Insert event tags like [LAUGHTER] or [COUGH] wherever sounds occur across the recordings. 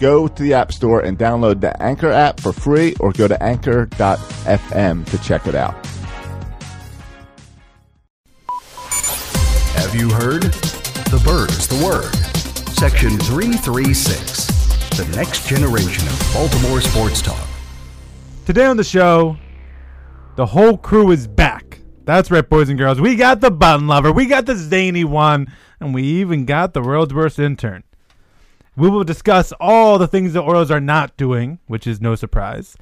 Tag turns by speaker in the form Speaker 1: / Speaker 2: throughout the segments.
Speaker 1: Go to the App Store and download the Anchor app for free or go to anchor.fm to check it out.
Speaker 2: Have you heard? The bird is the word. Section 336, the next generation of Baltimore sports talk.
Speaker 3: Today on the show, the whole crew is back. That's right, boys and girls. We got the bun lover, we got the zany one, and we even got the world's worst intern. We will discuss all the things the Orioles are not doing, which is no surprise.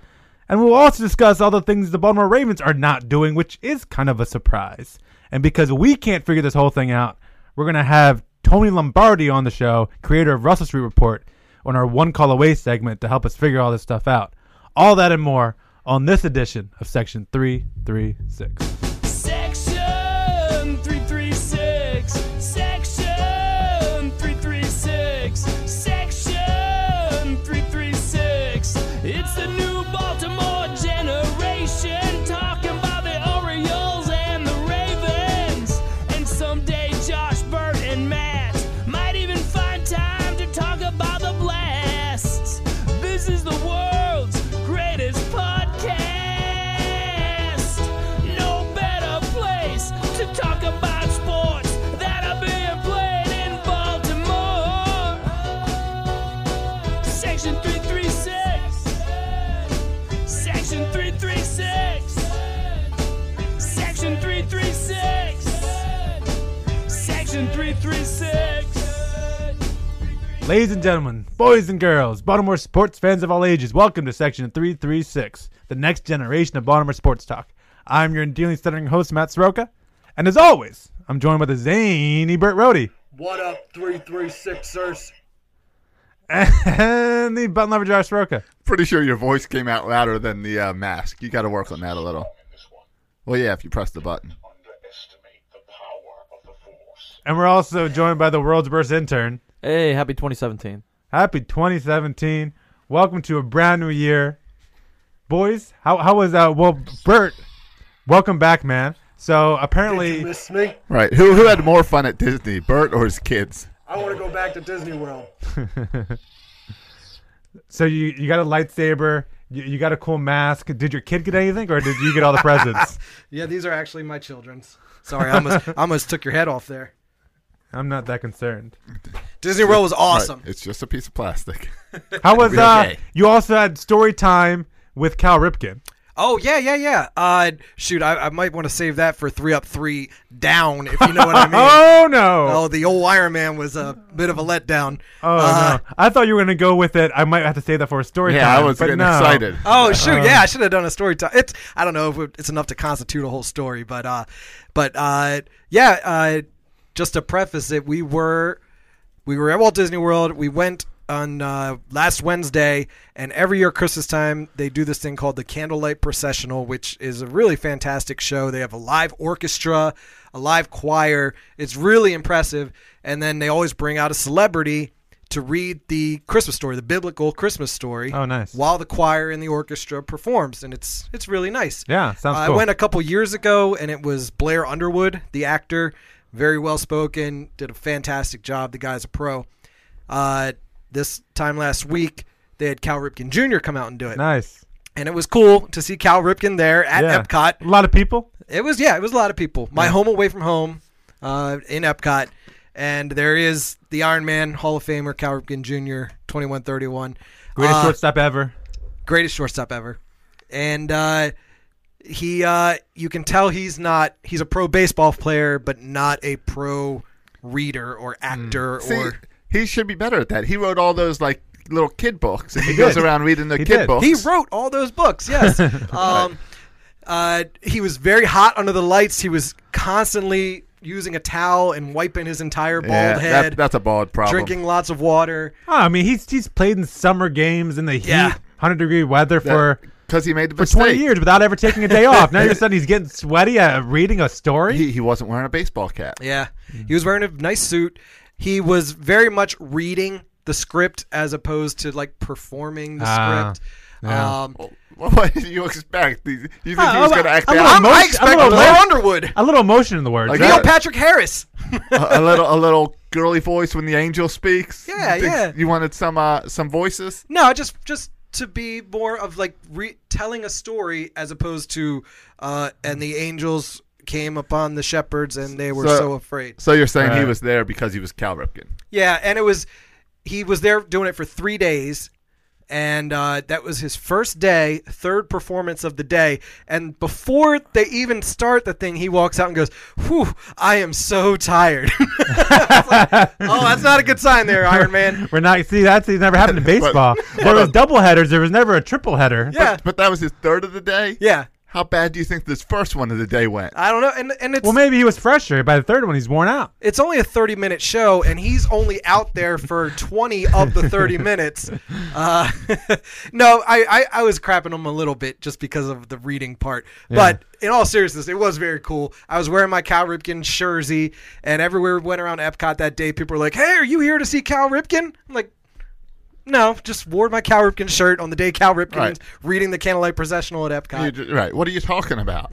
Speaker 3: And we'll also discuss all the things the Baltimore Ravens are not doing, which is kind of a surprise. And because we can't figure this whole thing out, we're going to have Tony Lombardi on the show, creator of Russell Street Report, on our One Call Away segment to help us figure all this stuff out. All that and more on this edition of Section 336.
Speaker 4: Section 336. Section 336. Section 336. It's the new Baltimore generation talking about the Orioles and the Ravens. And someday Josh, Bert, and Matt might even find time to talk about the blasts. This is the world's greatest podcast. No better place to talk about sports that are being played in Baltimore. Section 336. Section 336. Section 336. Section 336.
Speaker 3: Ladies and gentlemen, boys and girls, Baltimore sports fans of all ages, welcome to Section 336, the next generation of Baltimore sports talk. I'm your endearingly stuttering host, Matt Soroka. And as always, I'm joined by the zany Burt Rohde
Speaker 5: What up, 336ers?
Speaker 3: and the button lover, Josh Soroka.
Speaker 1: Pretty sure your voice came out louder than the uh, mask. You got to work on that a little. Well, yeah, if you press the button.
Speaker 3: And we're also joined by the world's worst intern.
Speaker 6: Hey, happy 2017.
Speaker 3: Happy 2017. Welcome to a brand new year. Boys, how, how was that? Well, Bert, welcome back, man. So
Speaker 5: Did you
Speaker 3: apparently,
Speaker 5: miss me?
Speaker 1: Right. Who who had more fun at Disney, Bert or his kids?
Speaker 5: I want to go back to Disney World.
Speaker 3: so you, you got a lightsaber, you, you got a cool mask. Did your kid get anything or did you get all the
Speaker 7: [LAUGHS]
Speaker 3: presents?
Speaker 7: Yeah, these are actually my children's. Sorry, I almost, I almost took your head off there.
Speaker 3: I'm not that concerned.
Speaker 7: Disney World was
Speaker 1: Right,
Speaker 7: awesome.
Speaker 1: It's just a piece of plastic. [LAUGHS]
Speaker 3: How was
Speaker 1: Real
Speaker 3: uh?
Speaker 1: gay.
Speaker 3: You also had story time with Cal Ripken.
Speaker 7: Oh yeah, yeah, yeah. Uh, shoot, I, I might want to save that for three up, three down, if you know what I
Speaker 3: [LAUGHS]
Speaker 7: mean.
Speaker 3: Oh no!
Speaker 7: oh, the old Iron Man was a bit of a letdown.
Speaker 3: Oh
Speaker 7: Uh,
Speaker 3: no! I thought you were gonna go with it. I might have to save that for a story
Speaker 1: Yeah,
Speaker 3: time.
Speaker 1: I was
Speaker 3: but
Speaker 1: getting
Speaker 3: no.
Speaker 1: excited.
Speaker 7: [LAUGHS] Oh
Speaker 3: um,
Speaker 7: shoot, yeah, I should have done a story time. It's I don't know if it- it's enough to constitute a whole story, but uh, but uh, yeah, uh, just to preface it, we were we were at Walt Disney World. We went on uh, last Wednesday, and every year Christmas time they do this thing called the Candlelight Processional, which is a really fantastic show. They have a live orchestra, a live choir. It's really impressive, and then they always bring out a celebrity. To read the Christmas story, the biblical Christmas story.
Speaker 3: Oh, nice.
Speaker 7: While the choir and the orchestra performs, and it's it's really nice.
Speaker 3: Yeah, sounds
Speaker 7: Uh, I
Speaker 3: cool.
Speaker 7: went a couple years ago, and it was Blair Underwood, the actor, very well spoken, did a fantastic job. The guy's a pro. Uh, this time last week, they had Cal Ripken Jr. come out and do it,
Speaker 3: Nice.
Speaker 7: and it was cool to see Cal Ripken there at
Speaker 3: yeah.
Speaker 7: Epcot.
Speaker 3: A lot of people.
Speaker 7: It was yeah, it was a lot of people. My home away from home, uh, in Epcot, and there is the Iron Man Hall of Famer Cal Ripken Jr. twenty one thirty one
Speaker 1: Uh,
Speaker 7: Uh,
Speaker 3: Greatest shortstop ever.
Speaker 7: greatest shortstop ever. And uh, he, uh, you can tell he's not. He's a pro baseball player, but not a pro reader or
Speaker 1: Hmm.
Speaker 7: actor
Speaker 1: See,
Speaker 7: or.
Speaker 1: he should be better at that. He wrote all those like little kid books, and he, goes around reading the
Speaker 3: He
Speaker 1: kid
Speaker 3: did.
Speaker 1: books.
Speaker 7: He wrote all those books. [LAUGHS] Yes. um, uh, he was very hot under the lights. He was constantly using a towel and wiping his entire bald
Speaker 1: Yeah, that-
Speaker 7: head,
Speaker 1: that's a bald problem.
Speaker 7: drinking lots of water.
Speaker 3: Oh, I mean, he's he's played in summer games in the heat,
Speaker 7: Yeah.
Speaker 3: hundred degree weather for
Speaker 1: because he made the
Speaker 3: for
Speaker 1: mistake.
Speaker 3: twenty years without ever taking
Speaker 1: [LAUGHS]
Speaker 3: a day off. Now all of a sudden he's getting sweaty uh, reading a story.
Speaker 1: He, he wasn't wearing a baseball cap.
Speaker 7: Yeah.
Speaker 3: Mm-hmm.
Speaker 7: He was wearing a nice suit. He was very much reading the script as opposed to like performing the
Speaker 3: Ah,
Speaker 7: script.
Speaker 3: yeah.
Speaker 7: Um,
Speaker 1: What, what [LAUGHS] did you expect? You think he
Speaker 3: Uh,
Speaker 1: was
Speaker 3: I'm-
Speaker 1: going to act
Speaker 3: I'm
Speaker 1: out?
Speaker 3: a little
Speaker 7: I
Speaker 3: Most-
Speaker 7: expect
Speaker 3: I'm a
Speaker 7: Blair
Speaker 3: little-
Speaker 7: Underwood.
Speaker 3: a little emotion in the words.
Speaker 1: Like
Speaker 3: right?
Speaker 7: Neil
Speaker 1: that.
Speaker 7: Patrick Harris.
Speaker 1: a, a little, a little girly voice when the angel speaks.
Speaker 7: Yeah,
Speaker 1: You think
Speaker 7: yeah.
Speaker 1: You wanted some, uh, some voices.
Speaker 7: No, just just to be more of like re- telling a story as opposed to uh, and the angels came upon the shepherds and they were so,
Speaker 1: So-
Speaker 7: afraid.
Speaker 1: So you're saying he
Speaker 3: Right.
Speaker 1: was there because he was Cal Ripken?
Speaker 7: Yeah, and it was he was there doing it for three days. And uh, that was his first day, third performance of the day. And before they even start the thing, he walks out and goes, "Whew, I am so tired." [LAUGHS]
Speaker 3: [LAUGHS]
Speaker 7: I was like, oh, that's not a good sign there, Iron Man.
Speaker 3: We're not see that's it's never [LAUGHS] happened in baseball. there was double headers. There was never a triple header.
Speaker 7: Yeah,
Speaker 1: But that was his third of the day.
Speaker 7: yeah.
Speaker 1: How bad do you think this first one of the day went?
Speaker 7: I don't know, and and it's
Speaker 3: Well, maybe he was fresher. By the third one, he's worn out.
Speaker 7: it's only a 30 minute show and he's only out there for 20 of
Speaker 3: [LAUGHS]
Speaker 7: the 30 minutes uh, [LAUGHS] no I, I, I was crapping him a little bit just because of the reading part but in all seriousness it was very cool i was wearing my cal ripken jersey and everywhere we went around epcot that day people were like hey are you here to see cal ripken i'm like no just wore my cal ripken shirt on the day cal ripken
Speaker 1: Right.
Speaker 7: was reading the candlelight processional at
Speaker 1: You
Speaker 7: epcot
Speaker 1: ju- right. What are you talking
Speaker 7: [LAUGHS]
Speaker 1: about?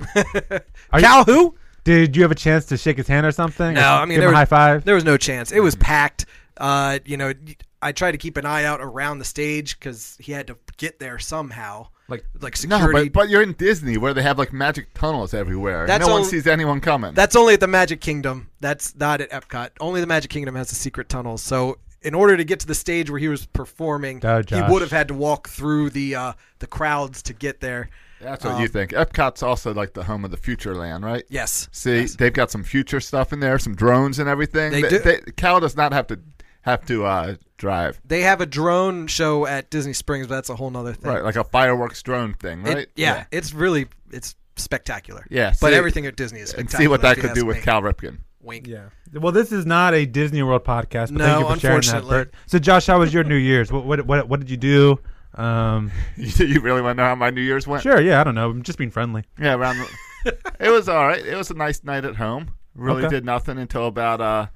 Speaker 3: Are you-
Speaker 7: cal who
Speaker 3: Did you have a chance to shake his hand or something?
Speaker 7: No, I mean
Speaker 3: give
Speaker 7: there
Speaker 3: him a
Speaker 7: was,
Speaker 3: high five. Mm-hmm.
Speaker 7: There was no chance. It was packed. Uh, you know, I tried to keep an eye out around the stage because he had to get there somehow. Like like
Speaker 1: no,
Speaker 7: security.
Speaker 1: but, but you're in Disney where they have like magic tunnels everywhere.
Speaker 7: That's
Speaker 1: no one
Speaker 7: all-
Speaker 1: sees anyone coming.
Speaker 7: That's only at the Magic Kingdom. That's not at Epcot. Only the Magic Kingdom has the secret tunnels. So in order to get to the stage where he was performing,
Speaker 3: Oh,
Speaker 7: he
Speaker 3: Josh.
Speaker 7: would have had to walk through the uh, the crowds to get there.
Speaker 1: That's
Speaker 7: Oh.
Speaker 1: what you think. Epcot's also like the home of the future land, right?
Speaker 7: Yes.
Speaker 1: See, they've got some future stuff in there, some drones and everything.
Speaker 7: They do.
Speaker 1: Cal does not have to have to uh, drive.
Speaker 7: They have a drone show at Disney Springs, but that's a whole nother thing.
Speaker 1: Right, like a fireworks drone thing,
Speaker 7: It-
Speaker 1: right?
Speaker 7: yeah, it's really it's spectacular.
Speaker 1: Yeah,
Speaker 7: but
Speaker 1: see-
Speaker 7: everything at Disney is
Speaker 1: And
Speaker 7: spectacular.
Speaker 1: see what that
Speaker 7: if you
Speaker 1: could do
Speaker 7: ask
Speaker 1: with
Speaker 7: me.
Speaker 1: Cal Ripken. [LAUGHS]
Speaker 7: Wink.
Speaker 3: Yeah. Well, this is not a Disney World podcast, but
Speaker 7: No,
Speaker 3: thank you for sharing that.
Speaker 7: unfortunately.
Speaker 3: Bert. So, Josh, how was your New Year's? What what what, what did you do? Um,
Speaker 1: You, you really want to know how my New Year's went?
Speaker 3: sure, yeah, I don't know. I'm just being friendly.
Speaker 1: Yeah, around.
Speaker 7: [LAUGHS]
Speaker 1: The, it was all right. It was a nice night at home. Really
Speaker 3: Okay.
Speaker 1: did nothing until about uh,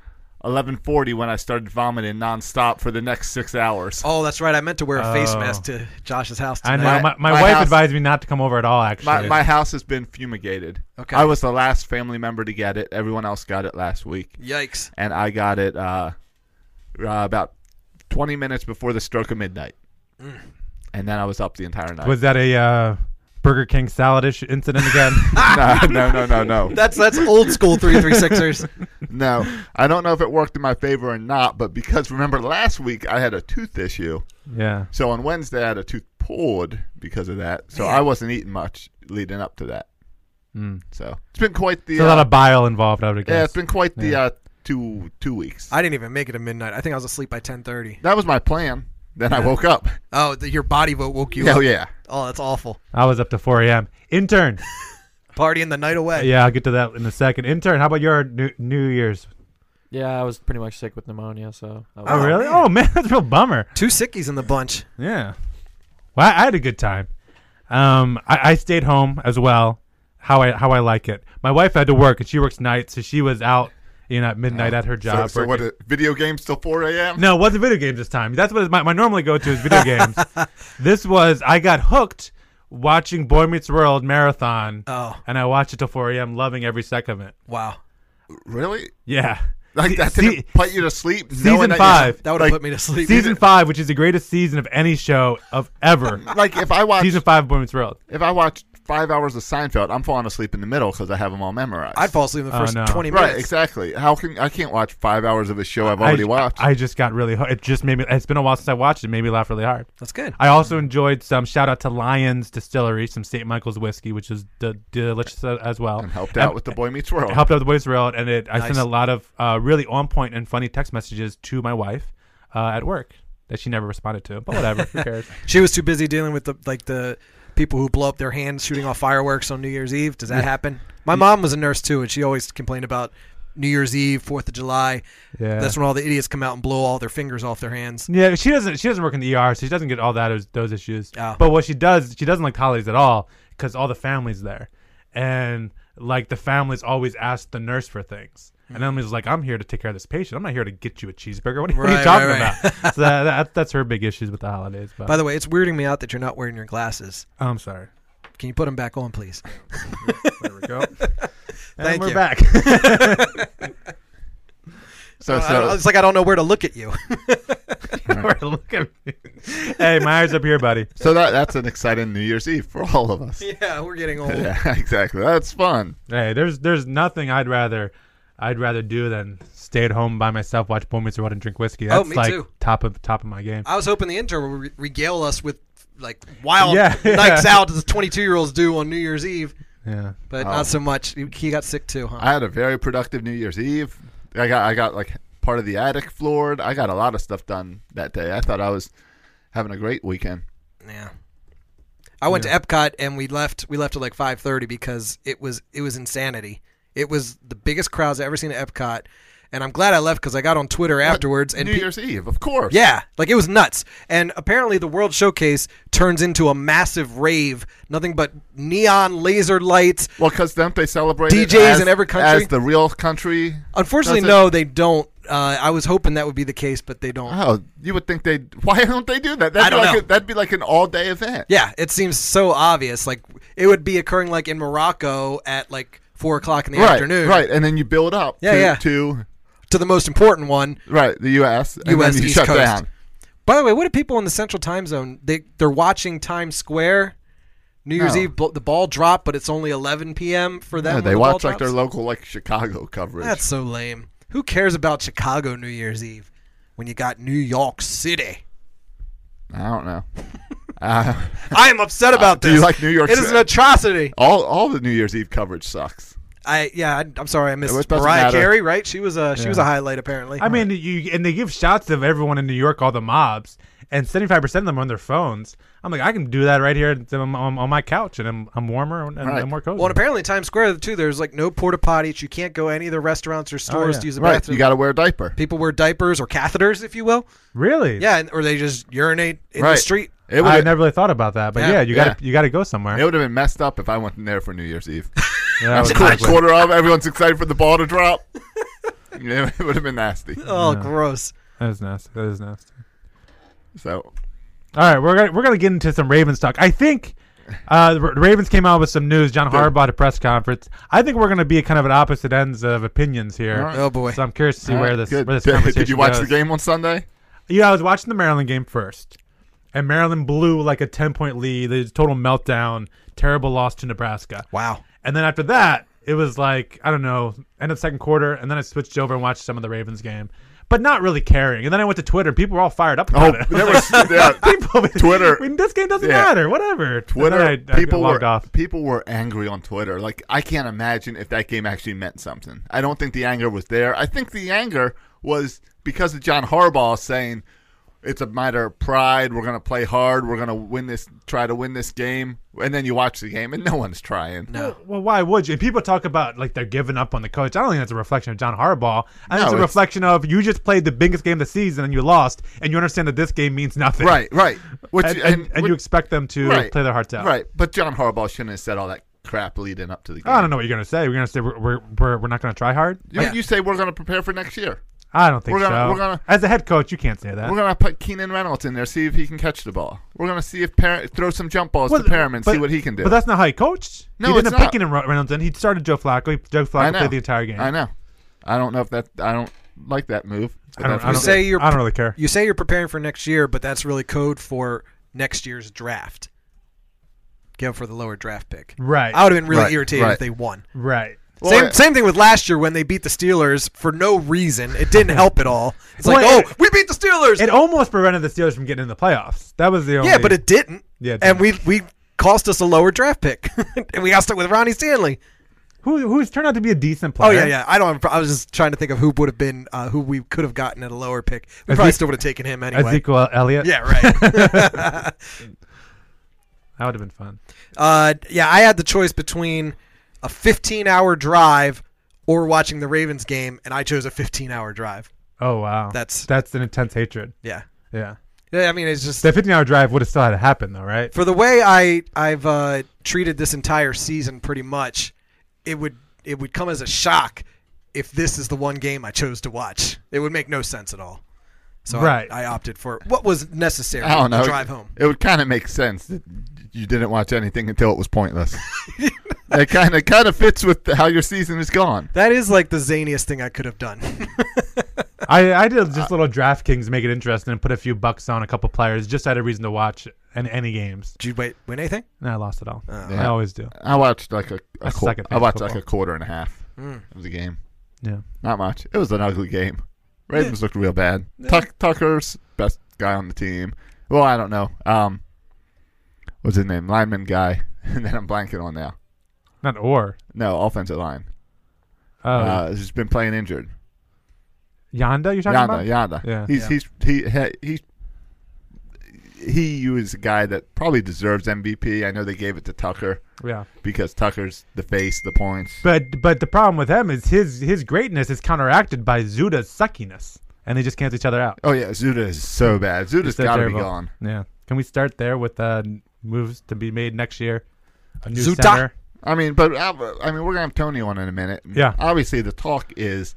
Speaker 1: 11:40 when I started vomiting nonstop for the next six hours.
Speaker 7: Oh, that's right. I meant to wear a face
Speaker 3: Oh.
Speaker 7: mask to Josh's house.
Speaker 3: I
Speaker 7: Tonight.
Speaker 1: My-
Speaker 3: know my, my,
Speaker 1: my
Speaker 3: wife
Speaker 1: house-
Speaker 3: advised me not to come over at all.
Speaker 1: My,
Speaker 3: Actually,
Speaker 1: my house has been fumigated.
Speaker 7: Okay.
Speaker 1: I was the last family member to get it. Everyone else got it last week,
Speaker 7: Yikes!
Speaker 1: and I got it uh, uh, about 20 minutes before the stroke of midnight. And then I was up the entire night.
Speaker 3: was that a uh, Burger King salad ish incident
Speaker 7: [LAUGHS]
Speaker 3: again?
Speaker 1: [LAUGHS] no, no, no, no, no.
Speaker 7: That's that's old school three
Speaker 3: [LAUGHS]
Speaker 7: three sixers.
Speaker 1: No, I don't know if it worked in my favor or not, but because remember last week I had a tooth issue.
Speaker 3: yeah.
Speaker 1: So on Wednesday I had a tooth pulled because of that. So I wasn't eating much leading up to that. So it's been quite the
Speaker 3: There's Hmm. a lot
Speaker 1: uh,
Speaker 3: of bile involved, I would guess.
Speaker 1: yeah, it's been quite the uh, two two weeks.
Speaker 7: I didn't even make it to midnight. I think I was asleep by ten thirty.
Speaker 1: that was my plan. Then I woke up.
Speaker 7: Oh, the, your body vote woke you
Speaker 1: Hell
Speaker 7: up.
Speaker 1: yeah!
Speaker 7: Oh, that's awful.
Speaker 3: I was up to 4 a.m. Intern.
Speaker 7: Partying the night away.
Speaker 3: yeah, I'll get to that in a second. Intern, how about your New, new Year's?
Speaker 6: Yeah, I was pretty much sick with pneumonia, so. that was-
Speaker 3: Oh, really? Oh man, [LAUGHS] that's a real bummer.
Speaker 7: Two sickies in the bunch.
Speaker 3: Yeah. Well, I, I had a good time. Um, I, I stayed home as well. How I how I like it. My wife had to work, and she works nights, so she was out, you know, at midnight at her
Speaker 1: So,
Speaker 3: job.
Speaker 1: so
Speaker 3: working.
Speaker 1: what? uh, Video games till four a.m.
Speaker 3: No, it wasn't video games this time. That's what my, my normally go to is video games. This was I got hooked watching Boy Meets World marathon,
Speaker 7: Oh.
Speaker 3: and I watched it till 4 a.m. Loving every second of it.
Speaker 7: Wow.
Speaker 1: Really?
Speaker 3: Yeah,
Speaker 1: Like
Speaker 3: Se-
Speaker 1: that
Speaker 3: se-
Speaker 1: didn't put you to sleep? knowing
Speaker 3: season
Speaker 1: that you-
Speaker 3: five,
Speaker 7: That would have
Speaker 1: Like,
Speaker 7: put me to sleep.
Speaker 3: season five, which is the greatest season of any show of
Speaker 1: [LAUGHS]
Speaker 3: ever.
Speaker 1: Like if I watch
Speaker 3: season five, of Boy Meets World.
Speaker 1: if I watch five hours of Seinfeld, I'm falling asleep in the middle because I have them all memorized.
Speaker 7: I'd fall asleep in the
Speaker 3: Oh,
Speaker 7: first
Speaker 3: no.
Speaker 7: twenty minutes.
Speaker 1: Right, exactly. How can I can't watch five hours of a show I've already
Speaker 3: I,
Speaker 1: watched?
Speaker 3: I just got really hooked. It just made me. It's been a while since I watched it. It Made me laugh really hard.
Speaker 7: That's good.
Speaker 3: I also enjoyed some shout out to Lions Distillery, some St. Michael's whiskey, which is d- delicious a- as well.
Speaker 1: and helped out with the Boy Meets World.
Speaker 3: It helped out the boys world, and it I sent
Speaker 7: Nice.
Speaker 3: a lot of uh, really on point and funny text messages to my wife uh, at work that she never responded to. But whatever,
Speaker 1: [LAUGHS]
Speaker 3: who cares?
Speaker 7: She was too busy dealing with the like the people who blow up their hands shooting off fireworks on New Year's Eve. Does that happen? My mom was a nurse too, and she always complained about New Year's Eve, Fourth of July.
Speaker 3: Yeah.
Speaker 7: That's when all the idiots come out and blow all their fingers off their hands.
Speaker 3: Yeah, she doesn't. She doesn't work in the ER, so she doesn't get all that those issues.
Speaker 7: Oh.
Speaker 3: But what she does, she doesn't like holidays at all because all the family's there, and like the families always ask the nurse for things. And
Speaker 7: Mm.
Speaker 3: Emily's like, "I'm here to take care of this patient. I'm not here to get you a cheeseburger. [LAUGHS] What are, you- what are you
Speaker 7: Right,
Speaker 3: talking
Speaker 7: right, right.
Speaker 3: about?" so that, that, that's her big issues with the holidays. But,
Speaker 7: By the way, it's weirding me out that you're not wearing your glasses.
Speaker 3: I'm sorry.
Speaker 7: Can you put them back on, please?
Speaker 3: There we [LAUGHS]
Speaker 7: [LAUGHS]
Speaker 3: go. and
Speaker 7: Thank
Speaker 3: we're
Speaker 7: you.
Speaker 3: back. [LAUGHS]
Speaker 1: So,
Speaker 7: I don't-
Speaker 1: so
Speaker 7: it's like I don't know where to look at you. [LAUGHS]
Speaker 3: We're looking. hey, my eyes up here, buddy.
Speaker 1: so that that's an exciting New Year's Eve for all of us.
Speaker 7: yeah, we're getting old.
Speaker 1: [LAUGHS] Yeah, exactly. That's fun.
Speaker 3: Hey, there's there's nothing I'd rather I'd rather do than stay at home by myself, watch Boy Meets World, and drink whiskey. That's
Speaker 7: me
Speaker 3: like
Speaker 7: too.
Speaker 3: top of top of my game.
Speaker 7: I was hoping the intern would re- regale us with like wild
Speaker 3: Yeah, [LAUGHS] yeah. Oh.
Speaker 7: nights out as 22 year olds do on New Year's Eve,
Speaker 3: yeah.
Speaker 7: but not so much. He- He got sick too, huh?
Speaker 1: I had a very productive New Year's Eve. I got I got like part of the attic floored. I got a lot of stuff done that day. I thought I was having a great weekend.
Speaker 7: yeah. I went to Epcot and we left. We left at like 5:30 because it was it was insanity. It was the biggest crowds I ever seen at Epcot, and I'm glad I left because I got on Twitter afterwards and
Speaker 1: New
Speaker 7: pe-
Speaker 1: Year's Eve, of course.
Speaker 7: Yeah, like it was nuts. And apparently, the World Showcase turns into a massive rave. Nothing but neon laser lights.
Speaker 1: Well, because don't they celebrate it
Speaker 7: DJs
Speaker 1: as-
Speaker 7: in every country?
Speaker 1: as the real country?
Speaker 7: Unfortunately,
Speaker 1: Does it-
Speaker 7: no, they don't. Uh, I was hoping that would be the case, but they don't.
Speaker 1: Oh, you would think they. Why don't they do that? That'd
Speaker 7: I don't
Speaker 1: be like
Speaker 7: know.
Speaker 1: A, that'd be like an all-day event.
Speaker 7: Yeah, it seems so obvious. Like it would be occurring like in Morocco at like four o'clock in the
Speaker 1: right,
Speaker 7: afternoon.
Speaker 1: right, and then you build up.
Speaker 7: Yeah,
Speaker 1: to,
Speaker 7: yeah.
Speaker 1: to
Speaker 7: To the most important one.
Speaker 1: right the U.S. and
Speaker 7: US
Speaker 1: then you
Speaker 7: East
Speaker 1: shut
Speaker 7: Coast.
Speaker 1: down.
Speaker 7: By the way, what do people in the Central Time Zone? They they're watching Times Square. New Year's
Speaker 1: No.
Speaker 7: Eve, bl- the ball dropped, but it's only 11 p.m. for them.
Speaker 1: Yeah,
Speaker 7: when
Speaker 1: they
Speaker 7: the
Speaker 1: watch
Speaker 7: ball
Speaker 1: like their
Speaker 7: drops.
Speaker 1: local like Chicago coverage.
Speaker 7: That's so lame. Who cares about Chicago New Year's Eve when you got New York City?
Speaker 1: I don't know. [LAUGHS] Uh,
Speaker 7: I am upset about
Speaker 1: do
Speaker 7: this.
Speaker 1: you like New York
Speaker 7: It is
Speaker 1: City?
Speaker 7: an atrocity.
Speaker 1: All all the New Year's Eve coverage sucks.
Speaker 7: I yeah, I, I'm sorry I
Speaker 1: It
Speaker 7: missed
Speaker 1: doesn't
Speaker 7: Mariah
Speaker 1: matter.
Speaker 7: Carey, right? She was a she was a highlight apparently.
Speaker 3: I mean, you and they give shots of everyone in New York, all the mobs, and seventy five percent of them are on their phones. I'm like, I can do that right here on, on, on my couch, and I'm, I'm warmer and, and
Speaker 1: Right.
Speaker 3: I'm more cozy.
Speaker 7: well, and apparently Times Square too. There's like no porta potties. You can't go any of the restaurants or stores
Speaker 3: yeah.
Speaker 7: to use the
Speaker 1: Oh, Right,
Speaker 7: bathroom.
Speaker 1: you got to wear a diaper.
Speaker 7: People wear diapers or catheters, if you will.
Speaker 3: really?
Speaker 7: Yeah, and, or they just urinate in the
Speaker 1: Right.
Speaker 7: street.
Speaker 1: It would
Speaker 3: I
Speaker 1: have
Speaker 3: never really thought about that, but
Speaker 7: Yeah.
Speaker 3: yeah, you got to you got to go somewhere.
Speaker 1: it would have been messed up if I went in there for New Year's Eve.
Speaker 3: Yeah,
Speaker 1: [LAUGHS] That's
Speaker 3: exactly.
Speaker 1: a quarter of everyone's excited for the ball to drop. [LAUGHS] Yeah, it would have been nasty.
Speaker 7: Oh, gross.
Speaker 3: That is nasty. That is nasty.
Speaker 1: So
Speaker 3: All right, we're gonna, we're gonna get into some Ravens talk. I think uh, the Ravens came out with some news. John Harbaugh at a press conference. I think we're gonna be kind of at opposite ends of opinions here.
Speaker 7: Oh boy.
Speaker 3: So I'm curious to see where this
Speaker 1: Good.
Speaker 3: where this
Speaker 1: [LAUGHS] did,
Speaker 3: conversation
Speaker 1: did you watch the
Speaker 3: goes.
Speaker 1: game on Sunday?
Speaker 3: Yeah, I was watching the Maryland game first, and Maryland blew like a ten point lead. They total meltdown, terrible loss to Nebraska.
Speaker 7: Wow.
Speaker 3: And then after that, it was like I don't know, end of second quarter, and then I switched over and watched some of the Ravens game, but not really caring. And then I went to Twitter, and people were all fired up
Speaker 1: Oh,
Speaker 3: about it.
Speaker 1: there
Speaker 3: [LAUGHS]
Speaker 1: was yeah,
Speaker 3: people
Speaker 1: Twitter.
Speaker 3: I mean, this game doesn't
Speaker 1: Yeah.
Speaker 3: matter. Whatever.
Speaker 1: Twitter.
Speaker 3: And then I, I
Speaker 1: people
Speaker 3: logged
Speaker 1: were
Speaker 3: off.
Speaker 1: people were angry on Twitter. Like I can't imagine if that game actually meant something. I don't think the anger was there. I think the anger was because of John Harbaugh saying it's a matter of pride. We're going to play hard. We're going to win this. Try to win this game. And then you watch the game, and no one's trying. No,
Speaker 3: Well, why would you? And people talk about like they're giving up on the coach. I don't think that's a reflection of John Harbaugh. I think
Speaker 1: No,
Speaker 3: it's a
Speaker 1: it's-
Speaker 3: reflection of you just played the biggest game of the season and you lost, and you understand that this game means nothing.
Speaker 1: right, right. Which
Speaker 3: And, and, and you
Speaker 1: which-
Speaker 3: expect them to
Speaker 1: right,
Speaker 3: play their hearts out.
Speaker 1: Right, but John Harbaugh shouldn't have said all that crap leading up to the game.
Speaker 3: I don't know what you're gonna say. We're gonna say we're we're, we're, we're not gonna try hard.
Speaker 1: You, you say we're going to prepare for next year.
Speaker 3: I don't think
Speaker 1: We're gonna-
Speaker 3: so.
Speaker 1: we're gonna-
Speaker 3: As a head coach, you can't say that.
Speaker 1: We're gonna put Keenan Reynolds in there, see if he can catch the ball. We're gonna see if Par- throw some jump balls
Speaker 3: Well,
Speaker 1: to Perriman,
Speaker 3: but-
Speaker 1: see what he can do.
Speaker 3: But that's not how he coached.
Speaker 1: No,
Speaker 3: he
Speaker 1: it's
Speaker 3: didn't
Speaker 1: not.
Speaker 3: pick in Reynolds. In. He started Joe Flacco. He- Joe
Speaker 1: I
Speaker 3: Flacco
Speaker 1: know.
Speaker 3: played the entire game.
Speaker 1: I know. I don't know if that. I don't like that move. but
Speaker 3: I don't,
Speaker 1: that's
Speaker 3: I don't,
Speaker 1: what
Speaker 7: say you're-
Speaker 3: I don't really care.
Speaker 7: You say you're preparing for next year, but that's really code for next year's draft. Go for the lower draft pick.
Speaker 3: Right.
Speaker 7: I would have been really
Speaker 1: Right,
Speaker 7: irritated
Speaker 1: right.
Speaker 7: if they won.
Speaker 3: Right.
Speaker 1: Well,
Speaker 7: same
Speaker 1: I-
Speaker 7: same thing with last year when they beat the Steelers for no reason. It didn't help at all. It's like,
Speaker 3: Well,
Speaker 7: oh, we beat the Steelers.
Speaker 3: It almost prevented the Steelers from getting in the playoffs. That was the only.
Speaker 7: yeah, but it didn't.
Speaker 3: Yeah, it
Speaker 7: and we we cost us a lower draft pick, [LAUGHS] and we got stuck with Ronnie Stanley.
Speaker 3: who who's turned out to be a decent
Speaker 7: Oh
Speaker 3: player.
Speaker 7: yeah, yeah. I don't. have a pro- I was just trying to think of who would have been uh, who we could have gotten at a lower pick. We probably
Speaker 3: Ezek-
Speaker 7: still would have taken him anyway.
Speaker 3: Ezekiel Elliott.
Speaker 7: Yeah, right.
Speaker 3: that would have been fun.
Speaker 7: uh, yeah, I had the choice between a 15-hour drive or watching the Ravens game, and I chose a 15 hour drive.
Speaker 3: Oh wow.
Speaker 7: That's-
Speaker 3: that's an intense hatred.
Speaker 7: Yeah.
Speaker 3: Yeah.
Speaker 7: Yeah, I mean, it's just
Speaker 3: That 15 hour drive would have still had to happen though, right?
Speaker 7: [LAUGHS] for the way I I've uh, treated this entire season, pretty much, it would it would come as a shock if this is the one game I chose to watch. It would make no sense at all. So I-
Speaker 3: Right.
Speaker 7: I, opted for what was necessary.
Speaker 1: I don't know.
Speaker 7: to drive home.
Speaker 1: It would kind of make sense that you didn't watch anything until it was
Speaker 7: [LAUGHS]
Speaker 1: pointless. it kind of kind of fits with how your season is gone.
Speaker 7: That is like the zaniest thing I could have done. [LAUGHS]
Speaker 3: I, I did
Speaker 7: Uh,
Speaker 3: just little DraftKings to make it interesting and put a few bucks on a couple players just had a reason to watch and any games.
Speaker 7: Did you wait, win anything?
Speaker 3: And I lost it all.
Speaker 7: Oh.
Speaker 3: I always do.
Speaker 1: I watched like a, a qu-
Speaker 3: suck at
Speaker 1: I watched
Speaker 3: football.
Speaker 1: like a quarter and a half
Speaker 7: Hmm.
Speaker 1: of the game.
Speaker 3: Yeah.
Speaker 1: Not much. It was an ugly
Speaker 3: [LAUGHS]
Speaker 1: game. Ravens looked real bad. Tuck, Tucker's best guy on the team. Well, I don't know. Um, what's his name? Lineman guy. [LAUGHS] And then I'm blanking on now.
Speaker 3: Not or.
Speaker 1: No, offensive line.
Speaker 3: Oh,
Speaker 1: Uh, he's been playing injured.
Speaker 3: Yonda, you're talking
Speaker 1: Yanda,
Speaker 3: about?
Speaker 1: Yanda.
Speaker 3: Yeah.
Speaker 1: He's he's he he he he was a guy that probably deserves MVP. I know they gave it to Tucker
Speaker 3: Yeah.
Speaker 1: because Tucker's the face, the points.
Speaker 3: But but the problem with him is his his greatness is counteracted by Zuda's suckiness, and they just cancel each other out.
Speaker 1: Oh yeah, Zuda is so bad. Zuda's
Speaker 3: They're
Speaker 1: got to be
Speaker 3: terrible.
Speaker 1: gone.
Speaker 3: Yeah. Can we start there with uh, moves to be made next year? A new
Speaker 7: Zuda.
Speaker 3: center.
Speaker 1: I mean, but uh, I mean, we're gonna have Tony on in a minute.
Speaker 3: Yeah.
Speaker 1: Obviously, the talk is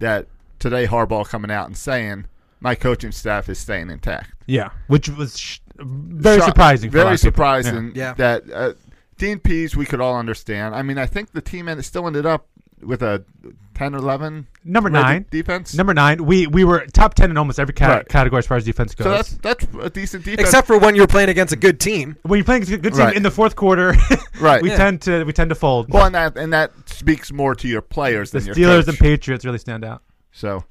Speaker 1: that today Harbaugh coming out and saying my coaching staff is staying intact.
Speaker 3: Yeah, which was sh- very
Speaker 1: Shock-
Speaker 3: surprising. For a lot
Speaker 1: Very
Speaker 3: of people.
Speaker 1: surprising
Speaker 7: Yeah. Yeah.
Speaker 1: that uh, Dean Pease we could all understand. I mean, I think the team ended, still ended up with a 10 or 11
Speaker 3: Number
Speaker 1: rated
Speaker 3: nine.
Speaker 1: defense.
Speaker 3: Number nine, we we were top ten in almost every cat-
Speaker 1: Right.
Speaker 3: category as far as defense goes.
Speaker 1: so that's that's a decent defense.
Speaker 7: Except for when you're playing against a good team.
Speaker 3: when you're playing against a good team
Speaker 1: Right.
Speaker 3: in the fourth quarter, [LAUGHS]
Speaker 1: Right.
Speaker 3: We
Speaker 1: Yeah.
Speaker 3: tend to we tend to fold.
Speaker 1: well, and that and that speaks more to your players
Speaker 3: the
Speaker 1: than your
Speaker 3: Steelers
Speaker 1: coach.
Speaker 3: and Patriots really stand out.
Speaker 1: So,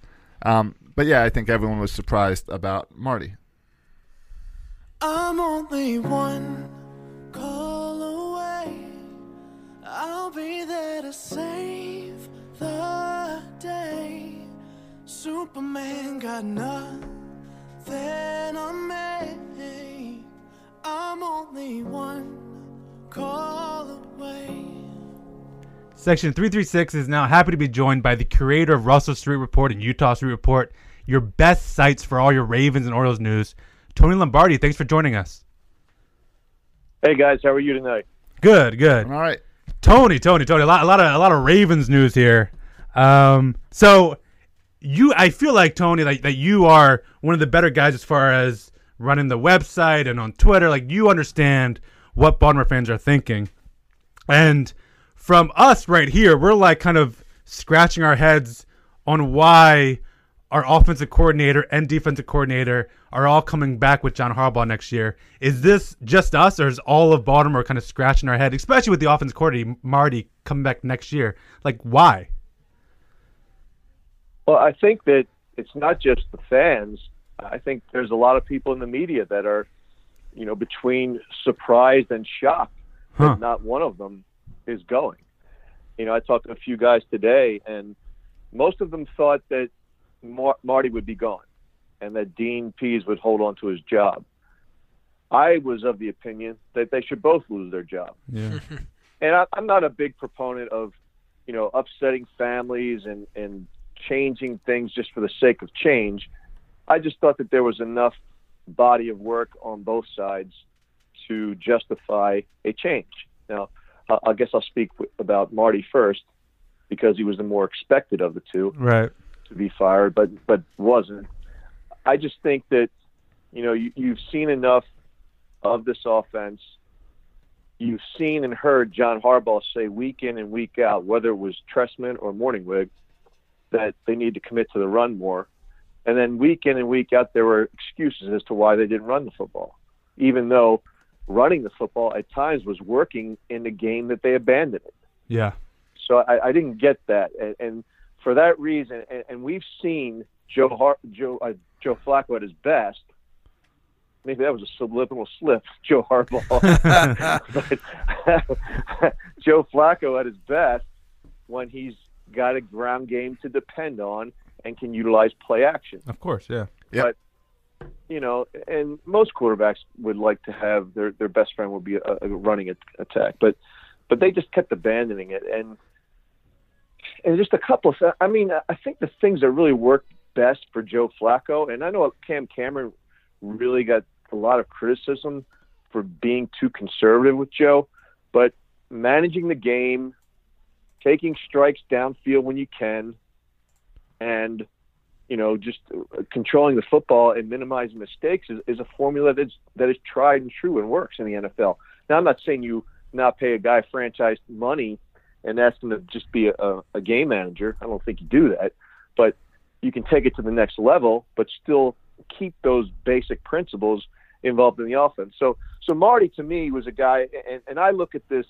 Speaker 1: um, but yeah, I think everyone was surprised about Marty.
Speaker 4: I'm only one call away. I'll be there to save the day. Superman got nothing on me. I'm only one call away.
Speaker 3: Section 336 is now happy to be joined by the creator of Russell Street Report and Utah Street Report, your best sites for all your Ravens and Orioles news. Tony Lombardi, thanks for joining us.
Speaker 8: Hey guys, how are you tonight?
Speaker 3: Good, good.
Speaker 1: All right.
Speaker 3: Tony, Tony, Tony. A lot, a lot of, a lot of Ravens news here. Um, so you, I feel like Tony, like that you are one of the better guys as far as running the website and on Twitter. Like you understand what Baltimore fans are thinking, and from us right here, we're like kind of scratching our heads on why our offensive coordinator and defensive coordinator are all coming back with John Harbaugh next year. Is this just us, or is all of Baltimore kind of scratching our head, especially with the offensive coordinator Marty coming back next year? Like, why?
Speaker 8: Well, I think that it's not just the fans. I think there's a lot of people in the media that are, you know, between surprised and shocked
Speaker 3: Huh.
Speaker 8: that not one of them is going. You know, I talked to a few guys today, and most of them thought that Mar- Marty would be gone and that Dean Pease would hold on to his job. I was of the opinion that they should both lose their job.
Speaker 3: Yeah.
Speaker 8: [LAUGHS] and I, I'm not a big proponent of, you know, upsetting families and and changing things just for the sake of change. I just thought that there was enough body of work on both sides to justify a change. Now, I I guess I'll speak w- about Marty first because he was the more expected of the two
Speaker 3: Right.
Speaker 8: to be fired, but but wasn't. I just think that you know you, you've seen enough of this offense. You've seen and heard John Harbaugh say week in and week out, whether it was Tressman or Morningwig, that they need to commit to the run more. And then week in and week out, there were excuses as to why they didn't run the football, even though running the football at times was working in the game that they abandoned it.
Speaker 3: Yeah.
Speaker 8: So I, I didn't get that, and, and for that reason, and, and we've seen Joe Har- Joe uh, Joe Flacco at his best. Maybe that was a subliminal slip, [LAUGHS] Joe Harbaugh. But [LAUGHS] Joe Flacco at his best when he's got a ground game to depend on and can utilize play action
Speaker 3: Of course. Yeah.
Speaker 8: you know, and most quarterbacks would like to have their their best friend would be a, a running at- attack, but but they just kept abandoning it, and and just a couple of. I mean, I think the things that really worked best for Joe Flacco, and I know Cam Cameron really got a lot of criticism for being too conservative with Joe, but managing the game, taking strikes downfield when you can, and you know just uh, controlling the football and minimizing mistakes is, is a formula that's that is tried and true and works in the NFL. Now I'm not saying you not pay a guy franchise money and ask him to just be a, a game manager. I don't think you do that, but you can take it to the next level, but still keep those basic principles involved in the offense. So, so Marty to me was a guy, and, and I look at this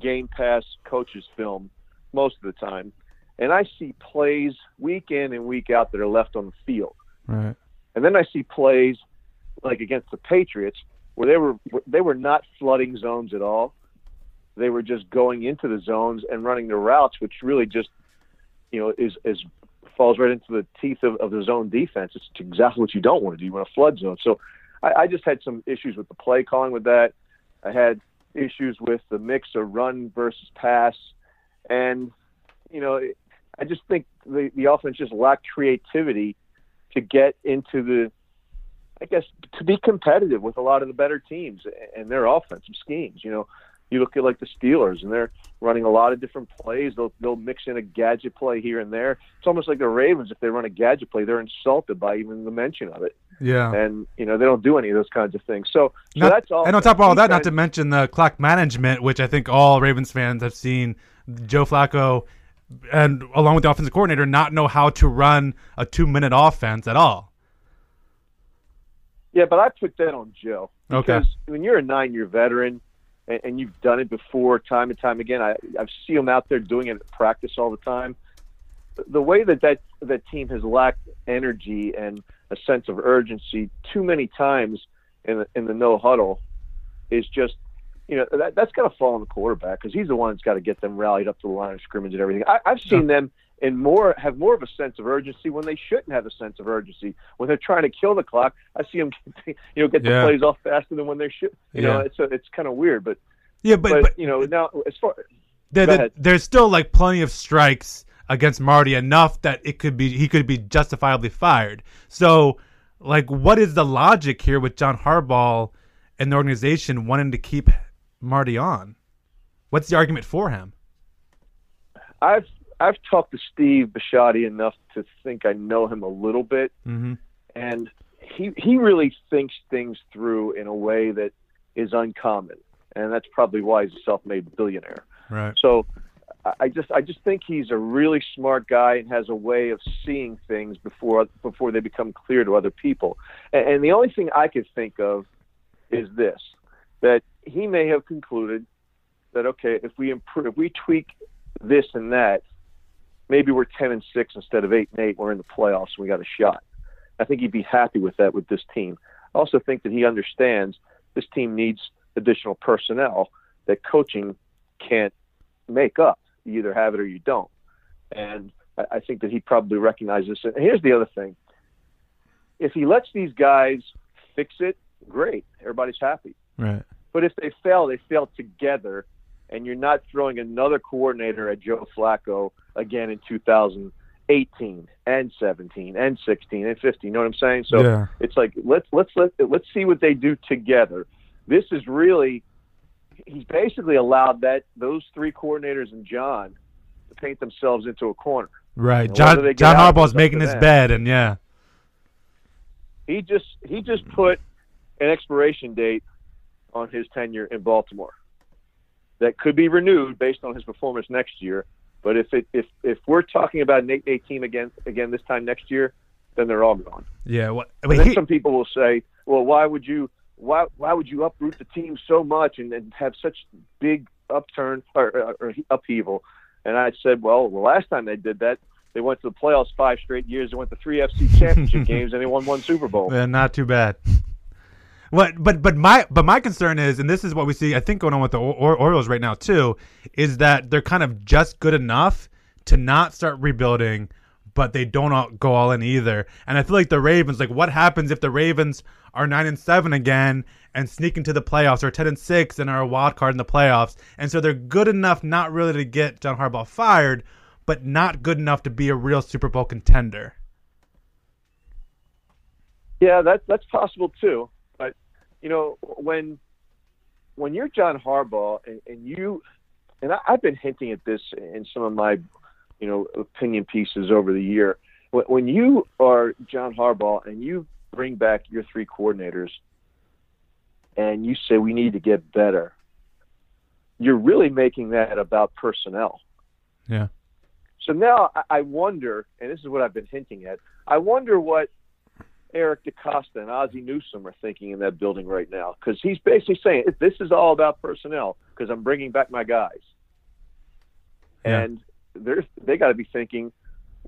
Speaker 8: game pass coaches film most of the time, and I see plays week in and week out that are left on the field,
Speaker 3: Right.
Speaker 8: and then I see plays like against the Patriots where they were they were not flooding zones at all. They were just going into the zones and running their routes, which really just you know is is falls right into the teeth of, of the zone defense. It's exactly what you don't want to do. You want a flood zone. So I, I just had some issues with the play calling with that. I had issues with the mix of run versus pass, and you know I just think the the offense just lacked creativity to get into the I guess to be competitive with a lot of the better teams and their offensive schemes. You know, you look at like the Steelers and they're running a lot of different plays. They'll they'll mix in a gadget play here and there. It's almost like the Ravens if they run a gadget play, they're insulted by even the mention of it.
Speaker 3: Yeah.
Speaker 8: And you know they don't do any of those kinds of things. So, so
Speaker 3: Not-
Speaker 8: that's all.
Speaker 3: And on top of all that, not to
Speaker 8: defense-
Speaker 3: mention the clock management, which I think all Ravens fans have seen Joe Flacco and along with the offensive coordinator not know how to run a two minute offense at all.
Speaker 8: Yeah, but I put that on Joe.
Speaker 3: Okay.
Speaker 8: Because when you're a nine year veteran and, and you've done it before time and time again, I, I've seen him out there doing it at practice all the time. The way that, that that team has lacked energy and a sense of urgency too many times in the, in the no huddle is just, you know, that, that's got to fall on the quarterback because he's the one that's got to get them rallied up to the line of scrimmage and everything. I, I've seen them and more have more of a sense of urgency when they shouldn't have a sense of urgency when they're trying to kill the clock. I see them, you know, [LAUGHS] get the
Speaker 3: Yeah.
Speaker 8: plays off faster than when they should. You know,
Speaker 3: Yeah.
Speaker 8: it's a, it's kind of weird, but,
Speaker 3: Yeah,
Speaker 8: but
Speaker 3: but, but
Speaker 8: you know now as far
Speaker 3: there,
Speaker 8: Go
Speaker 3: there-
Speaker 8: ahead.
Speaker 3: there's still like plenty of strikes against Marty enough that it could be he could be justifiably fired. So, like, what is the logic here with John Harbaugh and the organization wanting to keep Marty on? What's the argument for him?
Speaker 8: I've I've talked to Steve Bisciotti enough to think I know him a little bit,
Speaker 3: Mhm.
Speaker 8: and he he really thinks things through in a way that is uncommon, and that's probably why he's a self-made billionaire.
Speaker 3: Right.
Speaker 8: So I- I just I just think he's a really smart guy and has a way of seeing things before before they become clear to other people. And, and the only thing I could think of is this that he may have concluded that okay, if we improve, if we tweak this and that, maybe we're ten and six instead of eight and eight. We're in the playoffs. and We got a shot. I think he'd be happy with that with this team. I also think that he understands this team needs additional personnel that coaching can't make up. You either have it or you don't. And I, I think that he probably recognizes it. And here's the other thing if he lets these guys fix it, great. Everybody's happy.
Speaker 3: Right.
Speaker 8: But if they fail, they fail together, and you're not throwing another coordinator at Joe Flacco again in 2018 and 17 and 16 and 15. You know what I'm saying? So
Speaker 3: Yeah.
Speaker 8: it's like let's let's let let's see what they do together. This is really he's basically allowed that those three coordinators and John to paint themselves into a corner.
Speaker 3: Right.
Speaker 8: And whether they
Speaker 3: John John
Speaker 8: get out of it
Speaker 3: Harbaugh's
Speaker 8: is up
Speaker 3: making
Speaker 8: to
Speaker 3: his
Speaker 8: them.
Speaker 3: bed, and yeah.
Speaker 8: He just he just put an expiration date on his tenure in Baltimore that could be renewed based on his performance next year. But if it if if we're talking about an eight eight team again again this time next year, then they're all gone.
Speaker 3: Yeah. What,
Speaker 8: And
Speaker 3: wait,
Speaker 8: then
Speaker 3: he-
Speaker 8: some people will say, well, why would you why why would you uproot the team so much and, and have such big upturn or, or, or upheaval? And I said, well, the last time they did that, they went to the playoffs five straight years. They went to
Speaker 3: [LAUGHS]
Speaker 8: three FC championship games and they won one Super Bowl.
Speaker 3: Yeah, not too bad. [LAUGHS] What, but but my but my concern is, and this is what we see, I think, going on with the or- or- Orioles right now too, is that they're kind of just good enough to not start rebuilding, but they don't all, go all in either. And I feel like the Ravens, like, what happens if the Ravens are nine and seven again and sneak into the playoffs, or ten and six and are a wild card in the playoffs? And so they're good enough, not really to get John Harbaugh fired, but not good enough to be a real Super Bowl contender.
Speaker 8: Yeah, that that's possible too. But you know, when when you're John Harbaugh and, and you and I, I've been hinting at this in some of my you know opinion pieces over the year. When, when you are John Harbaugh and you bring back your three coordinators and you say we need to get better, you're really making that about personnel.
Speaker 3: Yeah.
Speaker 8: So now I- I wonder, and this is what I've been hinting at. I wonder what Eric DaCosta and Ozzie Newsome are thinking in that building right now because he's basically saying this is all about personnel because I'm bringing back my guys,
Speaker 3: Yeah.
Speaker 8: and they're they got to be thinking,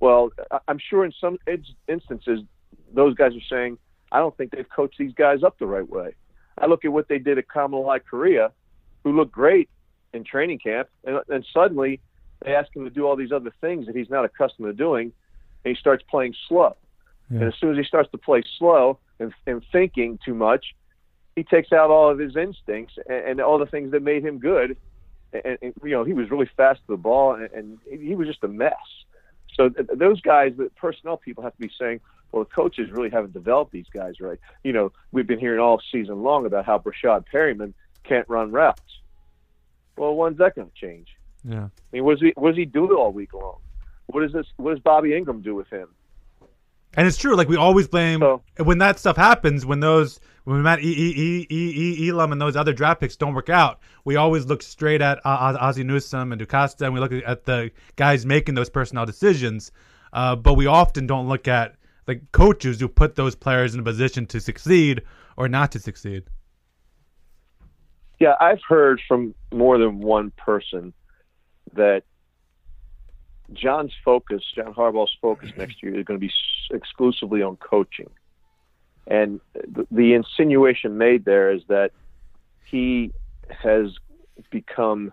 Speaker 8: well, I- I'm sure in some ins- instances those guys are saying I don't think they've coached these guys up the right way. I look at what they did at Kamala Korea, who looked great in training camp, and, and suddenly they ask him to do all these other things that he's not accustomed to doing, and he starts playing slow.
Speaker 3: Yeah.
Speaker 8: And as soon as he starts to play slow and, and thinking too much, he takes out all of his instincts and, and all the things that made him good. And, and you know he was really fast to the ball, and, and he was just a mess. So th- those guys, the personnel people, have to be saying, "Well, the coaches really haven't developed these guys right." You know, we've been hearing all season long about how Brashad Perryman can't run routes. Well, when's that going to change?
Speaker 3: Yeah.
Speaker 8: I mean, what does he what does he do all week long? What does this what does Bobby Ingram do with him?
Speaker 3: And it's true. Like we always blame
Speaker 8: So-
Speaker 3: when that stuff happens. When those when Matt E E E E E Elam and those other draft picks don't work out, we always look straight at uh, Oz- Ozzie Newsome and DuCosta, and we look at the guys making those personnel decisions. Uh, but we often don't look at the coaches who put those players in a position to succeed or not to succeed.
Speaker 8: Yeah, I've heard from more than one person that John's focus, John Harbaugh's focus next year is going to be s- exclusively on coaching. And the, the insinuation made there is that he has become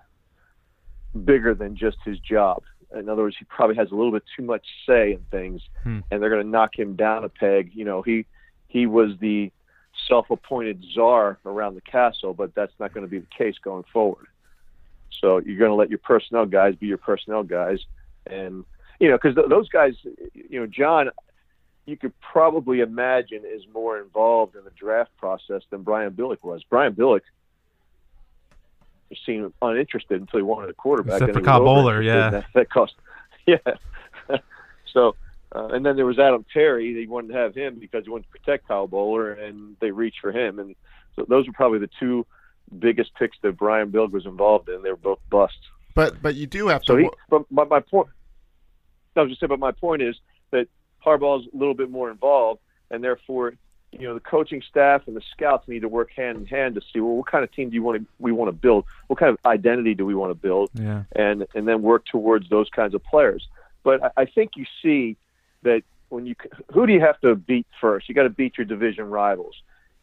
Speaker 8: bigger than just his job. In other words, he probably has a little bit too much say in things, and they're going to knock him down a peg. You know, he he was the self-appointed czar around the castle, but that's not going to be the case going forward. So you're going to let your personnel guys be your personnel guys, and you know because th- those guys, you know, John, you could probably imagine is more involved in the draft process than Brian Billick was. Brian Billick seemed uninterested until he wanted a quarterback.
Speaker 3: Except
Speaker 8: and
Speaker 3: for
Speaker 8: he was
Speaker 3: Kyle Bowler,
Speaker 8: overinterested.
Speaker 3: yeah.
Speaker 8: that, that cost. [LAUGHS] Yeah. [LAUGHS] so. Uh, and then there was Adam Perry. They wanted to have him because he wanted to protect Kyle Bowler, and they reached for him. And so those were probably the two biggest picks that Brian Bilg was involved in. They were both busts.
Speaker 1: But but you do have to.
Speaker 8: So he, but my, my point, I was just saying, but my point is that Harbaugh's a little bit more involved, and therefore, you know, the coaching staff and the scouts need to work hand in hand to see, well, what kind of team do you want to, we want to build? What kind of identity do we want to build?
Speaker 3: Yeah.
Speaker 8: and and then work towards those kinds of players. But I, I think you see that when you c- who do you have to beat first? You got to beat your division rivals,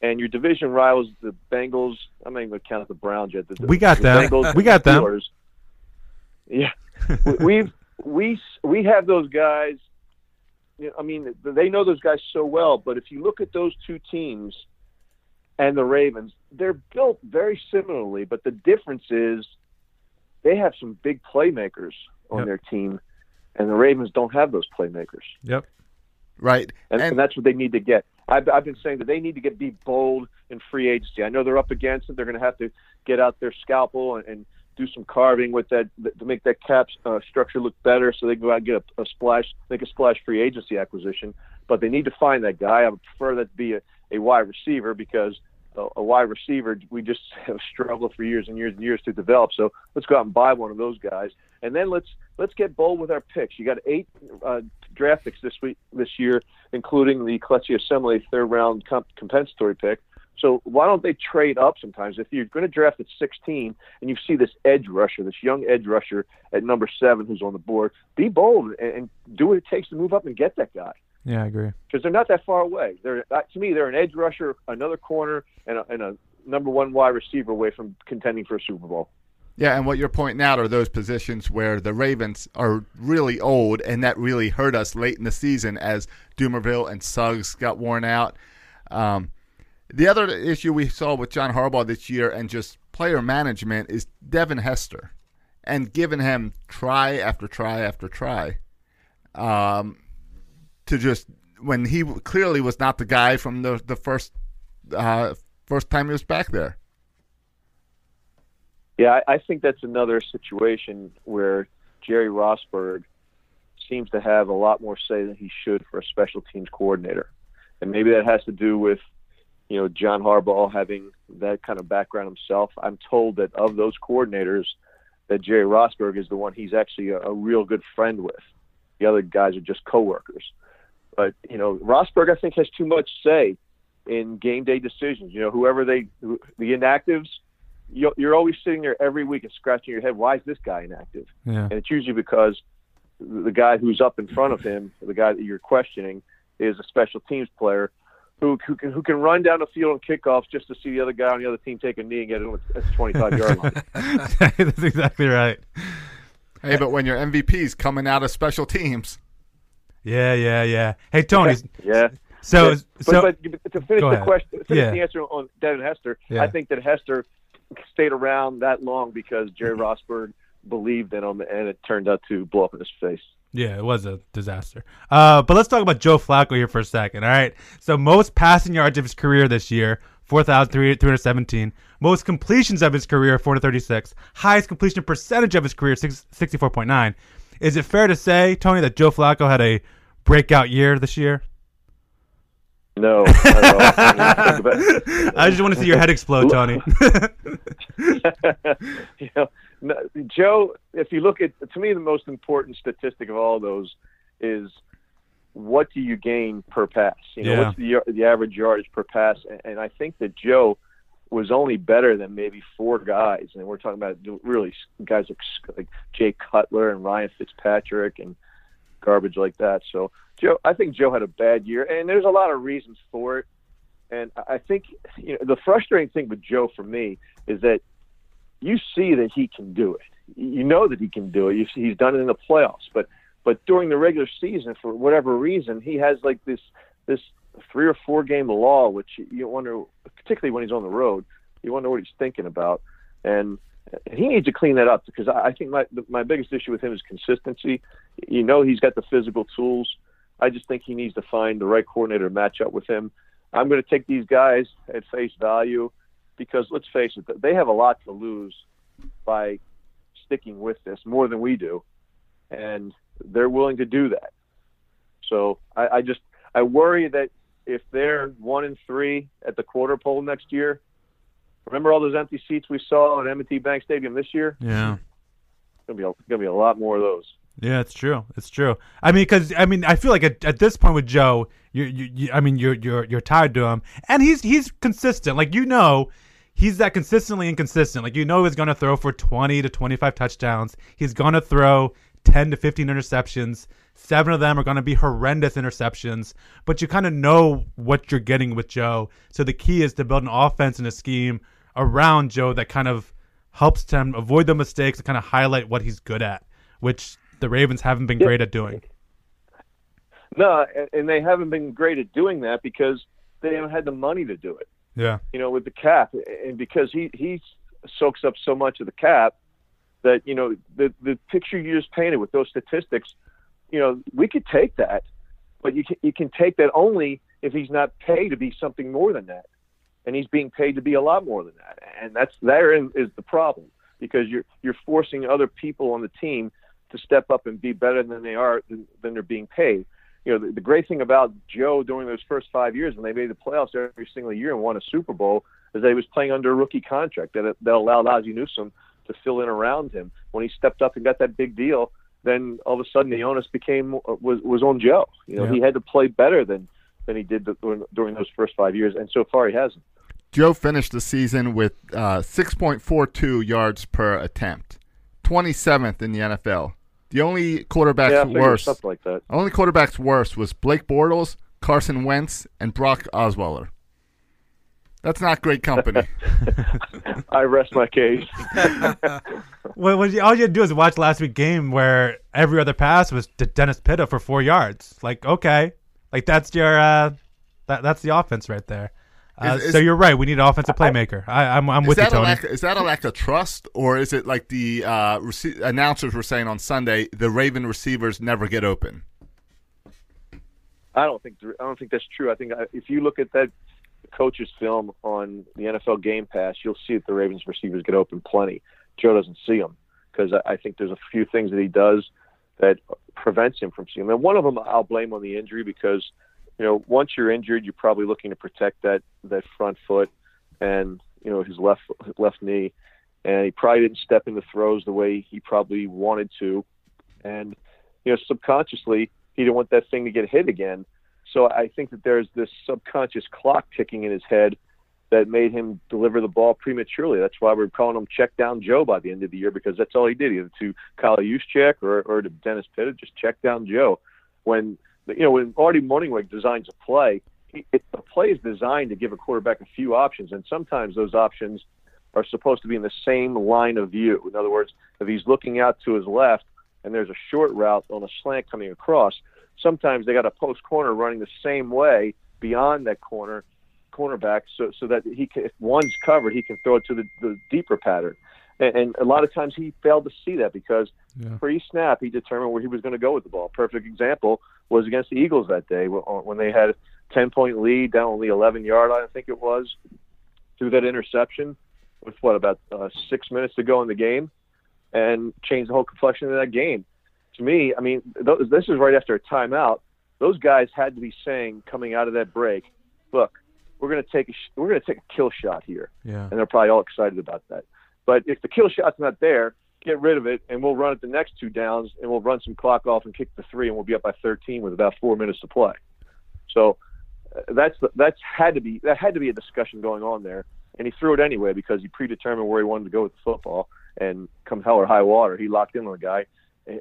Speaker 8: and your division rivals, the Bengals. I'm not even going to count the Browns yet. The,
Speaker 3: We got
Speaker 8: the
Speaker 3: them.
Speaker 8: Bengals and
Speaker 3: We got
Speaker 8: the
Speaker 3: them.
Speaker 8: Steelers.
Speaker 3: [LAUGHS]
Speaker 8: Yeah, We- we've we s- we have those guys. you know, I mean, they know those guys so well. But if you look at those two teams and the Ravens, they're built very similarly, but the difference is they have some big playmakers on
Speaker 3: Yep.
Speaker 8: their team, and the Ravens don't have those playmakers,
Speaker 3: Yep.
Speaker 1: right.
Speaker 8: and, and,
Speaker 1: And-
Speaker 8: that's what they need to get. I've, I've been saying that they need to get be bold in free agency. I know they're up against it; they're going to have to get out their scalpel and, and do some carving with that th- to make that cap uh, structure look better, so they can go out and get a, a splash, make a splash free agency acquisition. But they need to find that guy. I would prefer that to be a, a wide receiver because a, a wide receiver we just [LAUGHS] have struggled for years and years and years to develop. So let's go out and buy one of those guys, and then let's let's get bold with our picks. You got eight uh, draft picks this week this year, including the Clutchy Assembly third round comp- compensatory pick. So why don't they trade up sometimes? If you're going to draft at 16 and you see this edge rusher, this young edge rusher at number seven who's on the board, be bold and, and do what it takes to move up and get that guy
Speaker 3: Yeah, I agree.
Speaker 8: because they're not that far away. They're that- to me, they're an edge rusher, another corner, and a, and a number one wide receiver away from contending for a Super Bowl.
Speaker 1: Yeah, and what you're pointing out are those positions where the Ravens are really old, and that really hurt us late in the season as Doomerville and Suggs got worn out. Um, the other issue we saw with John Harbaugh this year and just player management is Devin Hester. and given him try after try after try um, to just when he w- clearly was not the guy from the the first uh, first time he was back there.
Speaker 8: Yeah, I, I think that's another situation where Jerry Rosberg seems to have a lot more say than he should for a special teams coordinator, and maybe that has to do with you know John Harbaugh having that kind of background himself. I'm told that of those coordinators, that Jerry Rosberg is the one he's actually a, a real good friend with. The other guys are just coworkers. But you know, Rosberg I think has too much say in game day decisions. You know, whoever they who, the inactives, you, you're always sitting there every week and scratching your head. Why is this guy inactive? [LAUGHS]
Speaker 3: Yeah.
Speaker 8: And it's usually because the guy who's up in front of him, the guy that you're questioning, is a special teams player who, who can who can run down the field on kickoffs just to see the other guy on the other team take a knee and get it at the 25 yard
Speaker 3: [LAUGHS]
Speaker 8: line.
Speaker 3: [LAUGHS] That's exactly right.
Speaker 1: Hey, but when your MVP's coming out of special teams,
Speaker 3: Yeah, yeah, yeah. Hey, Tony.
Speaker 8: Yeah.
Speaker 3: So,
Speaker 8: but,
Speaker 3: so
Speaker 8: but, but to finish
Speaker 3: go
Speaker 8: the
Speaker 3: ahead.
Speaker 8: question, to finish
Speaker 3: Yeah.
Speaker 8: the answer on Devin Hester,
Speaker 3: Yeah.
Speaker 8: I think that Hester stayed around that long because Jerry
Speaker 3: Mm-hmm.
Speaker 8: Rossberg believed in him, and it turned out to blow up in his face.
Speaker 3: Yeah, it was a disaster. Uh, but let's talk about Joe Flacco here for a second. All right. So most passing yards of his career this year, 4,317. Most completions of his career, 436. Highest completion percentage of his career, six, 64.9. Is it fair to say, Tony, that Joe Flacco had a breakout year this year?
Speaker 8: No, not at all.
Speaker 3: [LAUGHS] I just want to see your head explode, Tony.
Speaker 8: [LAUGHS] you know, no, Joe, if you look at to me the most important statistic of all those is what do you gain per pass? You know,
Speaker 3: Yeah.
Speaker 8: what's the yar- the average yardage per pass? And, and I think that Joe was only better than maybe four guys, and we're talking about really s- guys like, s- like Jay Cutler and Ryan Fitzpatrick and garbage like that. So Joe, I think Joe had a bad year, and there's a lot of reasons for it. And I- I think you know the frustrating thing with Joe for me is that you see that he can do it. You know that he can do it. You see, he's done it in the playoffs, but but during the regular season, for whatever reason, he has like this this three or four game law, which you wonder, particularly when he's on the road, you wonder what he's thinking about, and he needs to clean that up because I, I think my my biggest issue with him is consistency. You know, he's got the physical tools. I just think he needs to find the right coordinator to match up with him. I'm going to take these guys at face value because let's face it, they have a lot to lose by sticking with this more than we do, and they're willing to do that. So I, I just I worry that if they're one and three at the quarter poll next year, remember all those empty seats we saw at M&T Bank Stadium this year?
Speaker 3: yeah.
Speaker 8: Gonna be a, gonna be a lot more of those.
Speaker 3: Yeah, it's true. It's true. I mean, because I mean, I feel like at, at this point with Joe, you, you, you, I mean, you're you're you're tied to him, and he's he's consistent. Like you know, he's that consistently inconsistent. Like you know, he's gonna throw for twenty to twenty five touchdowns. He's gonna throw ten to fifteen interceptions. Seven of them are gonna be horrendous interceptions. But you kind of know what you're getting with Joe. So the key is to build an offense and a scheme around Joe that kind of helps him avoid the mistakes and kind of highlight what he's good at, which the Ravens haven't been great at doing.
Speaker 8: No, and- and they haven't been great at doing that because they haven't had the money to do it.
Speaker 3: Yeah.
Speaker 8: you know, with the cap, and because he he soaks up so much of the cap that you know the the picture you just painted with those statistics, you know, we could take that, but you can, you can take that only if he's not paid to be something more than that, and he's being paid to be a lot more than that, and that's therein is the problem because you're you're forcing other people on the team to step up and be better than they are than, than they're being paid. You know, the, the great thing about Joe during those first five years when they made the playoffs every single year and won a Super Bowl is that he was playing under a rookie contract that that allowed Ozzie Newsome to fill in around him. When he stepped up and got that big deal, then all of a sudden the onus became uh, was was on Joe. You know,
Speaker 3: Yeah.
Speaker 8: he had to play better than than he did during, during those first five years, and so far he hasn't.
Speaker 1: Joe finished the season with uh, 6.42 yards per attempt, 27th in the NFL. The only quarterbacks
Speaker 8: Yeah, I figured
Speaker 1: worse,
Speaker 8: something like that.
Speaker 1: only quarterbacks worse was Blake Bortles, Carson Wentz, and Brock Osweiler. That's not great
Speaker 8: [LAUGHS]
Speaker 1: company.
Speaker 8: I rest my case.
Speaker 3: Well, what you, all you had to do is watch last week's game where every other pass was to Dennis Pitta for four yards. Like, okay, like that's your uh, that that's the offense right there. Uh,
Speaker 1: Is- is-
Speaker 3: so you're right. We need an offensive playmaker. I, I'm, I'm
Speaker 1: Is
Speaker 3: with you,
Speaker 1: that, a
Speaker 3: Tony.
Speaker 1: lack, is that a lack of trust, or is it like the uh, rece- announcers were saying on Sunday, the Raven receivers never get open?
Speaker 8: I don't think I don't think that's true. I think uh, if you look at that coach's film on the NFL Game Pass, you'll see that the Ravens receivers get open plenty. Joe doesn't see them because I, I think there's a few things that he does that prevents him from seeing them. And one of them I'll blame on the injury because you know once you're injured, you're probably looking to protect that that front foot and you know his left left knee, and he probably didn't step into throws the way he probably wanted to, and you know subconsciously he didn't want that thing to get hit again. So I think that there's this subconscious clock ticking in his head that made him deliver the ball prematurely. That's why we're calling him check down Joe by the end of the year because that's all he did, either to Kyle Juszczyk or, or to Dennis Pitta, just check down Joe. When you know when Artie Morningweg designs a play, he, it, the play is designed to give a quarterback a few options, and sometimes those options are supposed to be in the same line of view. In other words, if he's looking out to his left and there's a short route on a slant coming across, sometimes they got a post corner running the same way beyond that corner cornerback, so so that he can, if one's covered, he can throw it to the, the deeper pattern. And, and a lot of times he failed to see that because pre snap he determined where he was going to go with the ball. Perfect example was against the Eagles that day wh- when they had a ten point lead down only eleven yard line, I think it was, through that interception with what about uh, six minutes to go in the game, and changed the whole complexion of that game to me, I mean, th- this is right after a timeout. Those guys had to be saying coming out of that break, "Look, we're going to take a sh- we're going to take a kill shot here,"
Speaker 6: Yeah.
Speaker 8: and they're probably all excited about that. But if the kill shot's not there, get rid of it, and we'll run it the next two downs, and we'll run some clock off and kick the three, and we'll be up by 13 with about four minutes to play. So uh, that's the, that's had to be that had to be a discussion going on there, and he threw it anyway because he predetermined where he wanted to go with the football, and come hell or high water, he locked in on a guy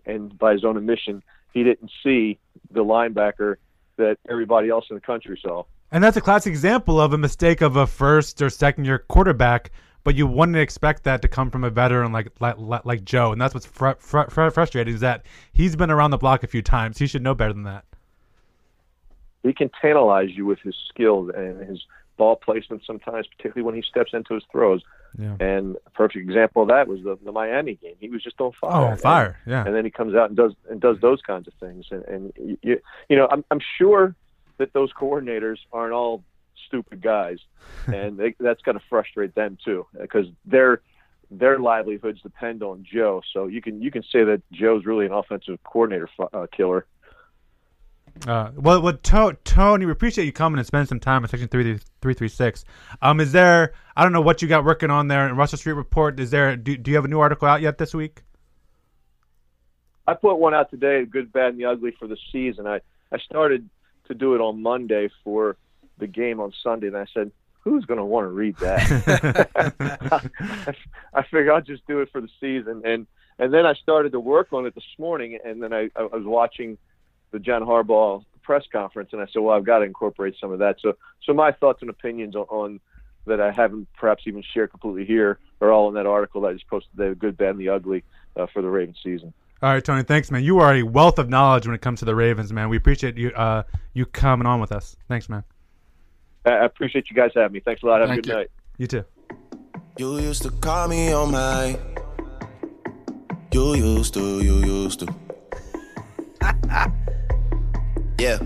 Speaker 8: and by his own admission, he didn't see the linebacker that everybody else in the country saw.
Speaker 3: And that's a classic example of a mistake of a first or second year quarterback, but you wouldn't expect that to come from a veteran like like, like- like Joe. And that's what's fr- fr- fr- frustrating is that he's been around the block a few times. He should know better than that.
Speaker 8: He can tantalize you with his skill and his ball placement sometimes, particularly when he steps into his throws.
Speaker 3: Yeah.
Speaker 8: And a perfect example of that was the, the Miami game. He was just on fire.
Speaker 3: Oh, on fire. Yeah.
Speaker 8: and then he comes out and does and does those kinds of things. And, and you, you know, I'm I'm sure that those coordinators aren't all
Speaker 3: [LAUGHS]
Speaker 8: stupid guys, and they, that's going to frustrate them too because their their livelihoods depend on Joe. So you can you can say that Joe's really an offensive coordinator fu- uh, killer.
Speaker 3: Uh, well, well, to- Tony, we appreciate you coming and spending some time on Section three three three six. Um, is there? I don't know what you got working on there in Russell Street Report. Is there? Do, do you have a new article out yet this week?
Speaker 8: I put one out today, good, bad, and the ugly for the season. I I started to do it on Monday for the game on Sunday, and I said, who's going to want to read that? [LAUGHS] I figured I'll just do it for the season, and and then I started to work on it this morning, and then I, I was watching the John Harbaugh press conference, and I said, well, I've got to incorporate some of that. So so my thoughts and opinions on. on that I haven't perhaps even shared completely here are all in that article that I just posted today, the good, bad, and the ugly uh, for the Ravens season.
Speaker 3: All right, Tony. Thanks, man. You are a wealth of knowledge when it comes to the Ravens, man. We appreciate you uh, you coming on with us. Thanks, man.
Speaker 8: I- I appreciate you guys having me. Thanks a lot. Have a
Speaker 1: Thank
Speaker 8: good
Speaker 1: you.
Speaker 8: night.
Speaker 3: You too.
Speaker 9: You used to call me on my. You used to, you used to. [LAUGHS] yeah.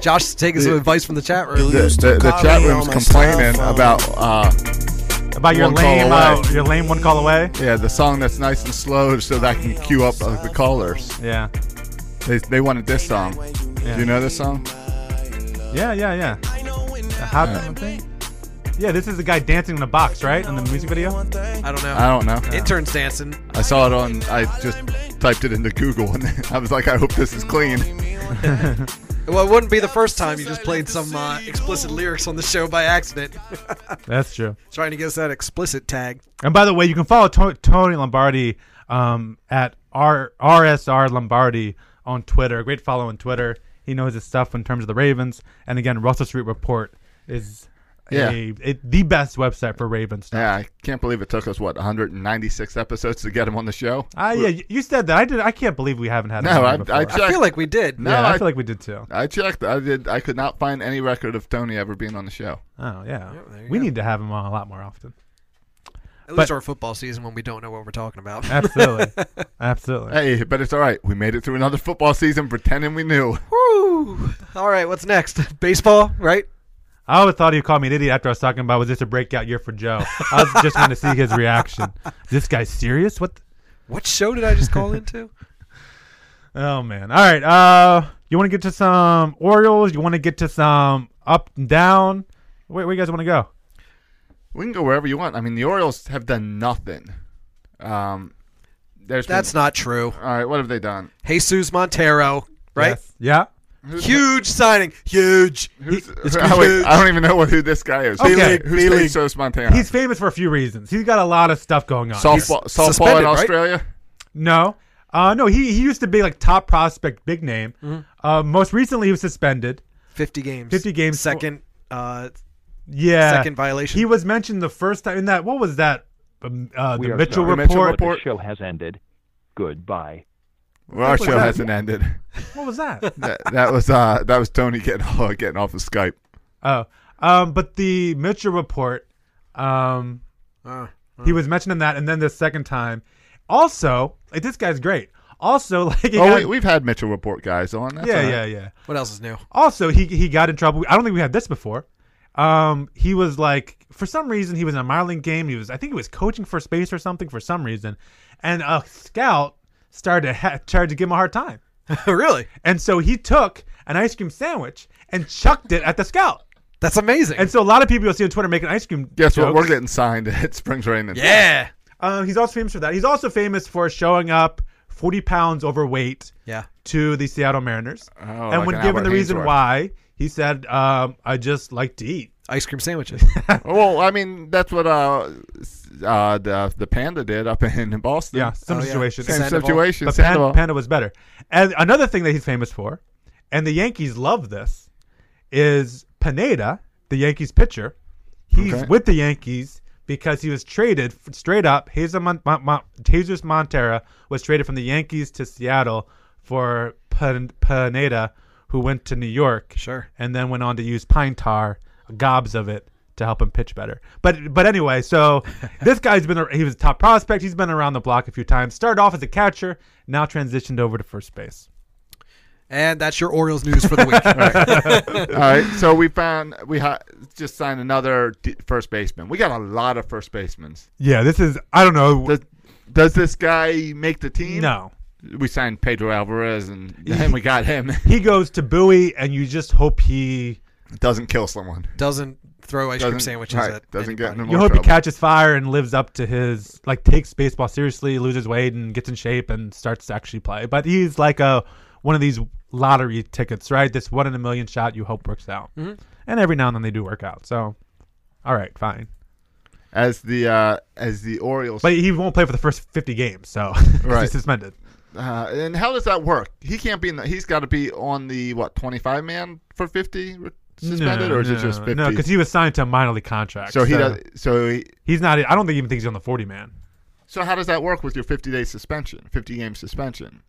Speaker 7: Josh is taking some advice from the chat room.
Speaker 9: You
Speaker 1: The,
Speaker 9: used to
Speaker 1: the, the
Speaker 9: call
Speaker 1: chat
Speaker 9: me on
Speaker 1: room's
Speaker 9: my
Speaker 1: complaining
Speaker 9: cell phone.
Speaker 1: about uh,
Speaker 3: About your
Speaker 1: One call
Speaker 3: lame, uh,
Speaker 1: away.
Speaker 3: your lame one call away.
Speaker 1: yeah the song that's nice and slow so that I can cue up uh, the callers.
Speaker 3: Yeah,
Speaker 1: They, they wanted this song.
Speaker 3: Yeah.
Speaker 1: Do you know this song?
Speaker 3: yeah, yeah, yeah. The hot thing? Yeah, this is the guy dancing in a box, right, in the music video.
Speaker 7: I don't know.
Speaker 1: I don't know.
Speaker 7: Interns dancing.
Speaker 1: I saw it on. I just typed it into Google and [LAUGHS] I was like, I hope this is clean.
Speaker 7: Well, it wouldn't be the first time you just played some uh, explicit lyrics on the show by accident.
Speaker 3: That's true.
Speaker 7: Trying to get us that explicit tag.
Speaker 3: And by the way, you can follow to- Tony Lombardi um, at R- RSR Lombardi on Twitter. Great follow on Twitter. He knows his stuff in terms of the Ravens. And again, Russell Street Report is
Speaker 1: Yeah. Uh,
Speaker 3: a, it- the best website for Ravens.
Speaker 1: Yeah, I can't believe it took us what 196 episodes to get him on the show.
Speaker 3: Ah, yeah, you- you said that. I did. I can't believe we haven't had. him
Speaker 1: No,
Speaker 3: on
Speaker 1: I,
Speaker 3: before.
Speaker 1: I checked. No,
Speaker 3: yeah, I, feel like we did too.
Speaker 1: I checked. I did. I could not find any record of Tony ever being on the show.
Speaker 3: Oh yeah, we need to have him on a lot more often.
Speaker 7: At least our football season when we don't know what we're talking about.
Speaker 1: [LAUGHS]
Speaker 3: absolutely.
Speaker 1: Hey, but it's all right. We made it through another football season pretending we knew.
Speaker 7: Woo! All right, what's next? [LAUGHS] Baseball, right?
Speaker 3: I always thought he'd call me an idiot after I was talking about was this a breakout year for Joe? I was just wanting to see his reaction. This guy's serious? What?
Speaker 7: What show did I just call into?
Speaker 3: Oh man! All right. Uh, you want to get to some Orioles? You want to get to some up and down? Where, where you guys want to go?
Speaker 1: We can go wherever you want. I mean, the Orioles have done nothing. Um, there's
Speaker 7: That's
Speaker 1: been-
Speaker 7: not true.
Speaker 1: All right, what have they done?
Speaker 7: Jesus Montero, right?
Speaker 3: Yeah.
Speaker 7: Huge signing. Huge.
Speaker 1: Who's,
Speaker 7: It's
Speaker 1: I, wait,
Speaker 7: huge.
Speaker 1: I don't even know what, who this guy is.
Speaker 3: Okay.
Speaker 1: Who's- Who's
Speaker 3: B-league.
Speaker 1: Jesus Montana?
Speaker 3: He's famous for a few reasons. He's got a lot of stuff going on.
Speaker 1: softball,
Speaker 3: He's-
Speaker 1: softball in Australia.
Speaker 3: No. Uh, no, he, he used to be like top prospect, big name.
Speaker 7: Mhm.
Speaker 3: Uh, most recently, he was suspended.
Speaker 7: 50 games.
Speaker 3: 50 games.
Speaker 7: Second. Uh,
Speaker 3: Yeah.
Speaker 7: Second violation.
Speaker 3: He was mentioned the first time in that. What was that? Um, uh, the Mitchell report.
Speaker 10: The show has ended. Goodbye.
Speaker 1: Well, our
Speaker 3: What was
Speaker 1: show
Speaker 3: that?
Speaker 1: hasn't ended.
Speaker 3: What was [LAUGHS] that?
Speaker 1: that, [LAUGHS] that was uh, that was Tony getting [LAUGHS] off, getting off of Skype.
Speaker 3: Oh, um, but the Mitchell report. Um,
Speaker 1: Ah,
Speaker 7: Uh,
Speaker 3: he was mentioned in that, and then the second time. Also, like this guy's great. Also, [LAUGHS] like he
Speaker 1: oh,
Speaker 3: got-
Speaker 1: we, we've had Mitchell Report guys on. That's
Speaker 3: yeah,
Speaker 1: all right.
Speaker 3: yeah, yeah.
Speaker 7: What else is new? [LAUGHS]
Speaker 3: Also, he he got in trouble. I don't think we had this before. Um, he was like for some reason he was in a minor league game. He was I think he was coaching for space or something for some reason, and a scout started to ha- tried to give him a hard time.
Speaker 7: really?
Speaker 3: And so he took an ice cream sandwich and chucked it at the scout.
Speaker 7: That's amazing.
Speaker 3: And so a lot of people you'll see on Twitter making ice cream.
Speaker 1: Guess what?
Speaker 3: jokes.
Speaker 1: We're getting signed [LAUGHS] at Springs Raymond.
Speaker 7: Yeah.
Speaker 3: Um, he's also famous for that. He's also famous for showing up 40 pounds overweight
Speaker 7: Yeah.
Speaker 3: to the Seattle Mariners. and
Speaker 1: Oh, like
Speaker 3: when
Speaker 1: an
Speaker 3: given
Speaker 1: Albert
Speaker 3: the reason
Speaker 1: Hainsworth.
Speaker 3: why, he said, um, I just like to eat.
Speaker 7: Ice cream sandwiches.
Speaker 1: well, I mean, that's what uh, s- uh, the the panda did up in [LAUGHS] Boston.
Speaker 3: Yeah, some situation.
Speaker 1: Oh, Same situation.
Speaker 3: But Pan-
Speaker 1: Sandoval.
Speaker 3: Panda was better. And another thing that he's famous for, and the Yankees love this, is Pineda, the Yankees pitcher. He's
Speaker 1: Okay.
Speaker 3: with the Yankees because he was traded f- straight up. Jesus, Mon- Mon- Mon- Jesus Montera was traded from the Yankees to Seattle for Pin- Pineda, who went to New York.
Speaker 7: Sure.
Speaker 3: And then went on to use pine tar, gobs of it, to help him pitch better. But but anyway, [LAUGHS] so this guy's been a- he was a top prospect. He's been around the block a few times. Started off as a catcher, now transitioned over to first base.
Speaker 7: and that's your Orioles news for the week.
Speaker 1: All right, so we found we ha- just signed another d- first baseman. We got a lot of first basemen.
Speaker 3: Yeah, this is I don't know.
Speaker 1: Does, does this guy make the team?
Speaker 3: No.
Speaker 1: We signed Pedro Alvarez, and [LAUGHS] then we got him.
Speaker 3: He goes to Bowie, and you just hope he
Speaker 1: Doesn't kill someone.
Speaker 7: Doesn't throw ice cream
Speaker 1: Doesn't-
Speaker 7: sandwiches
Speaker 1: right,
Speaker 7: at
Speaker 1: doesn't get in
Speaker 7: anybody.
Speaker 3: you hope he catches fire and lives up to his like takes baseball seriously, loses weight, and gets in shape and starts to actually play. But he's like a one of these lottery tickets, right? This one in a million shot you hope works out,
Speaker 7: Mhm.
Speaker 3: and every now and then they do work out. So, all right, fine.
Speaker 1: as the uh, as the Orioles.
Speaker 3: But he won't play for the first 50 games, so 'cause
Speaker 1: Right.
Speaker 3: he's suspended.
Speaker 1: Uh, and how does that work? He can't be in. The, he's got to be on the what twenty five man for fifty suspended, or is it just fifty?
Speaker 3: No, because he was signed to a minor league contract.
Speaker 1: so he does. So he,
Speaker 3: He's not. I don't think even think he's on the 40 man.
Speaker 1: so how does that work with your fifty day suspension, fifty game suspension?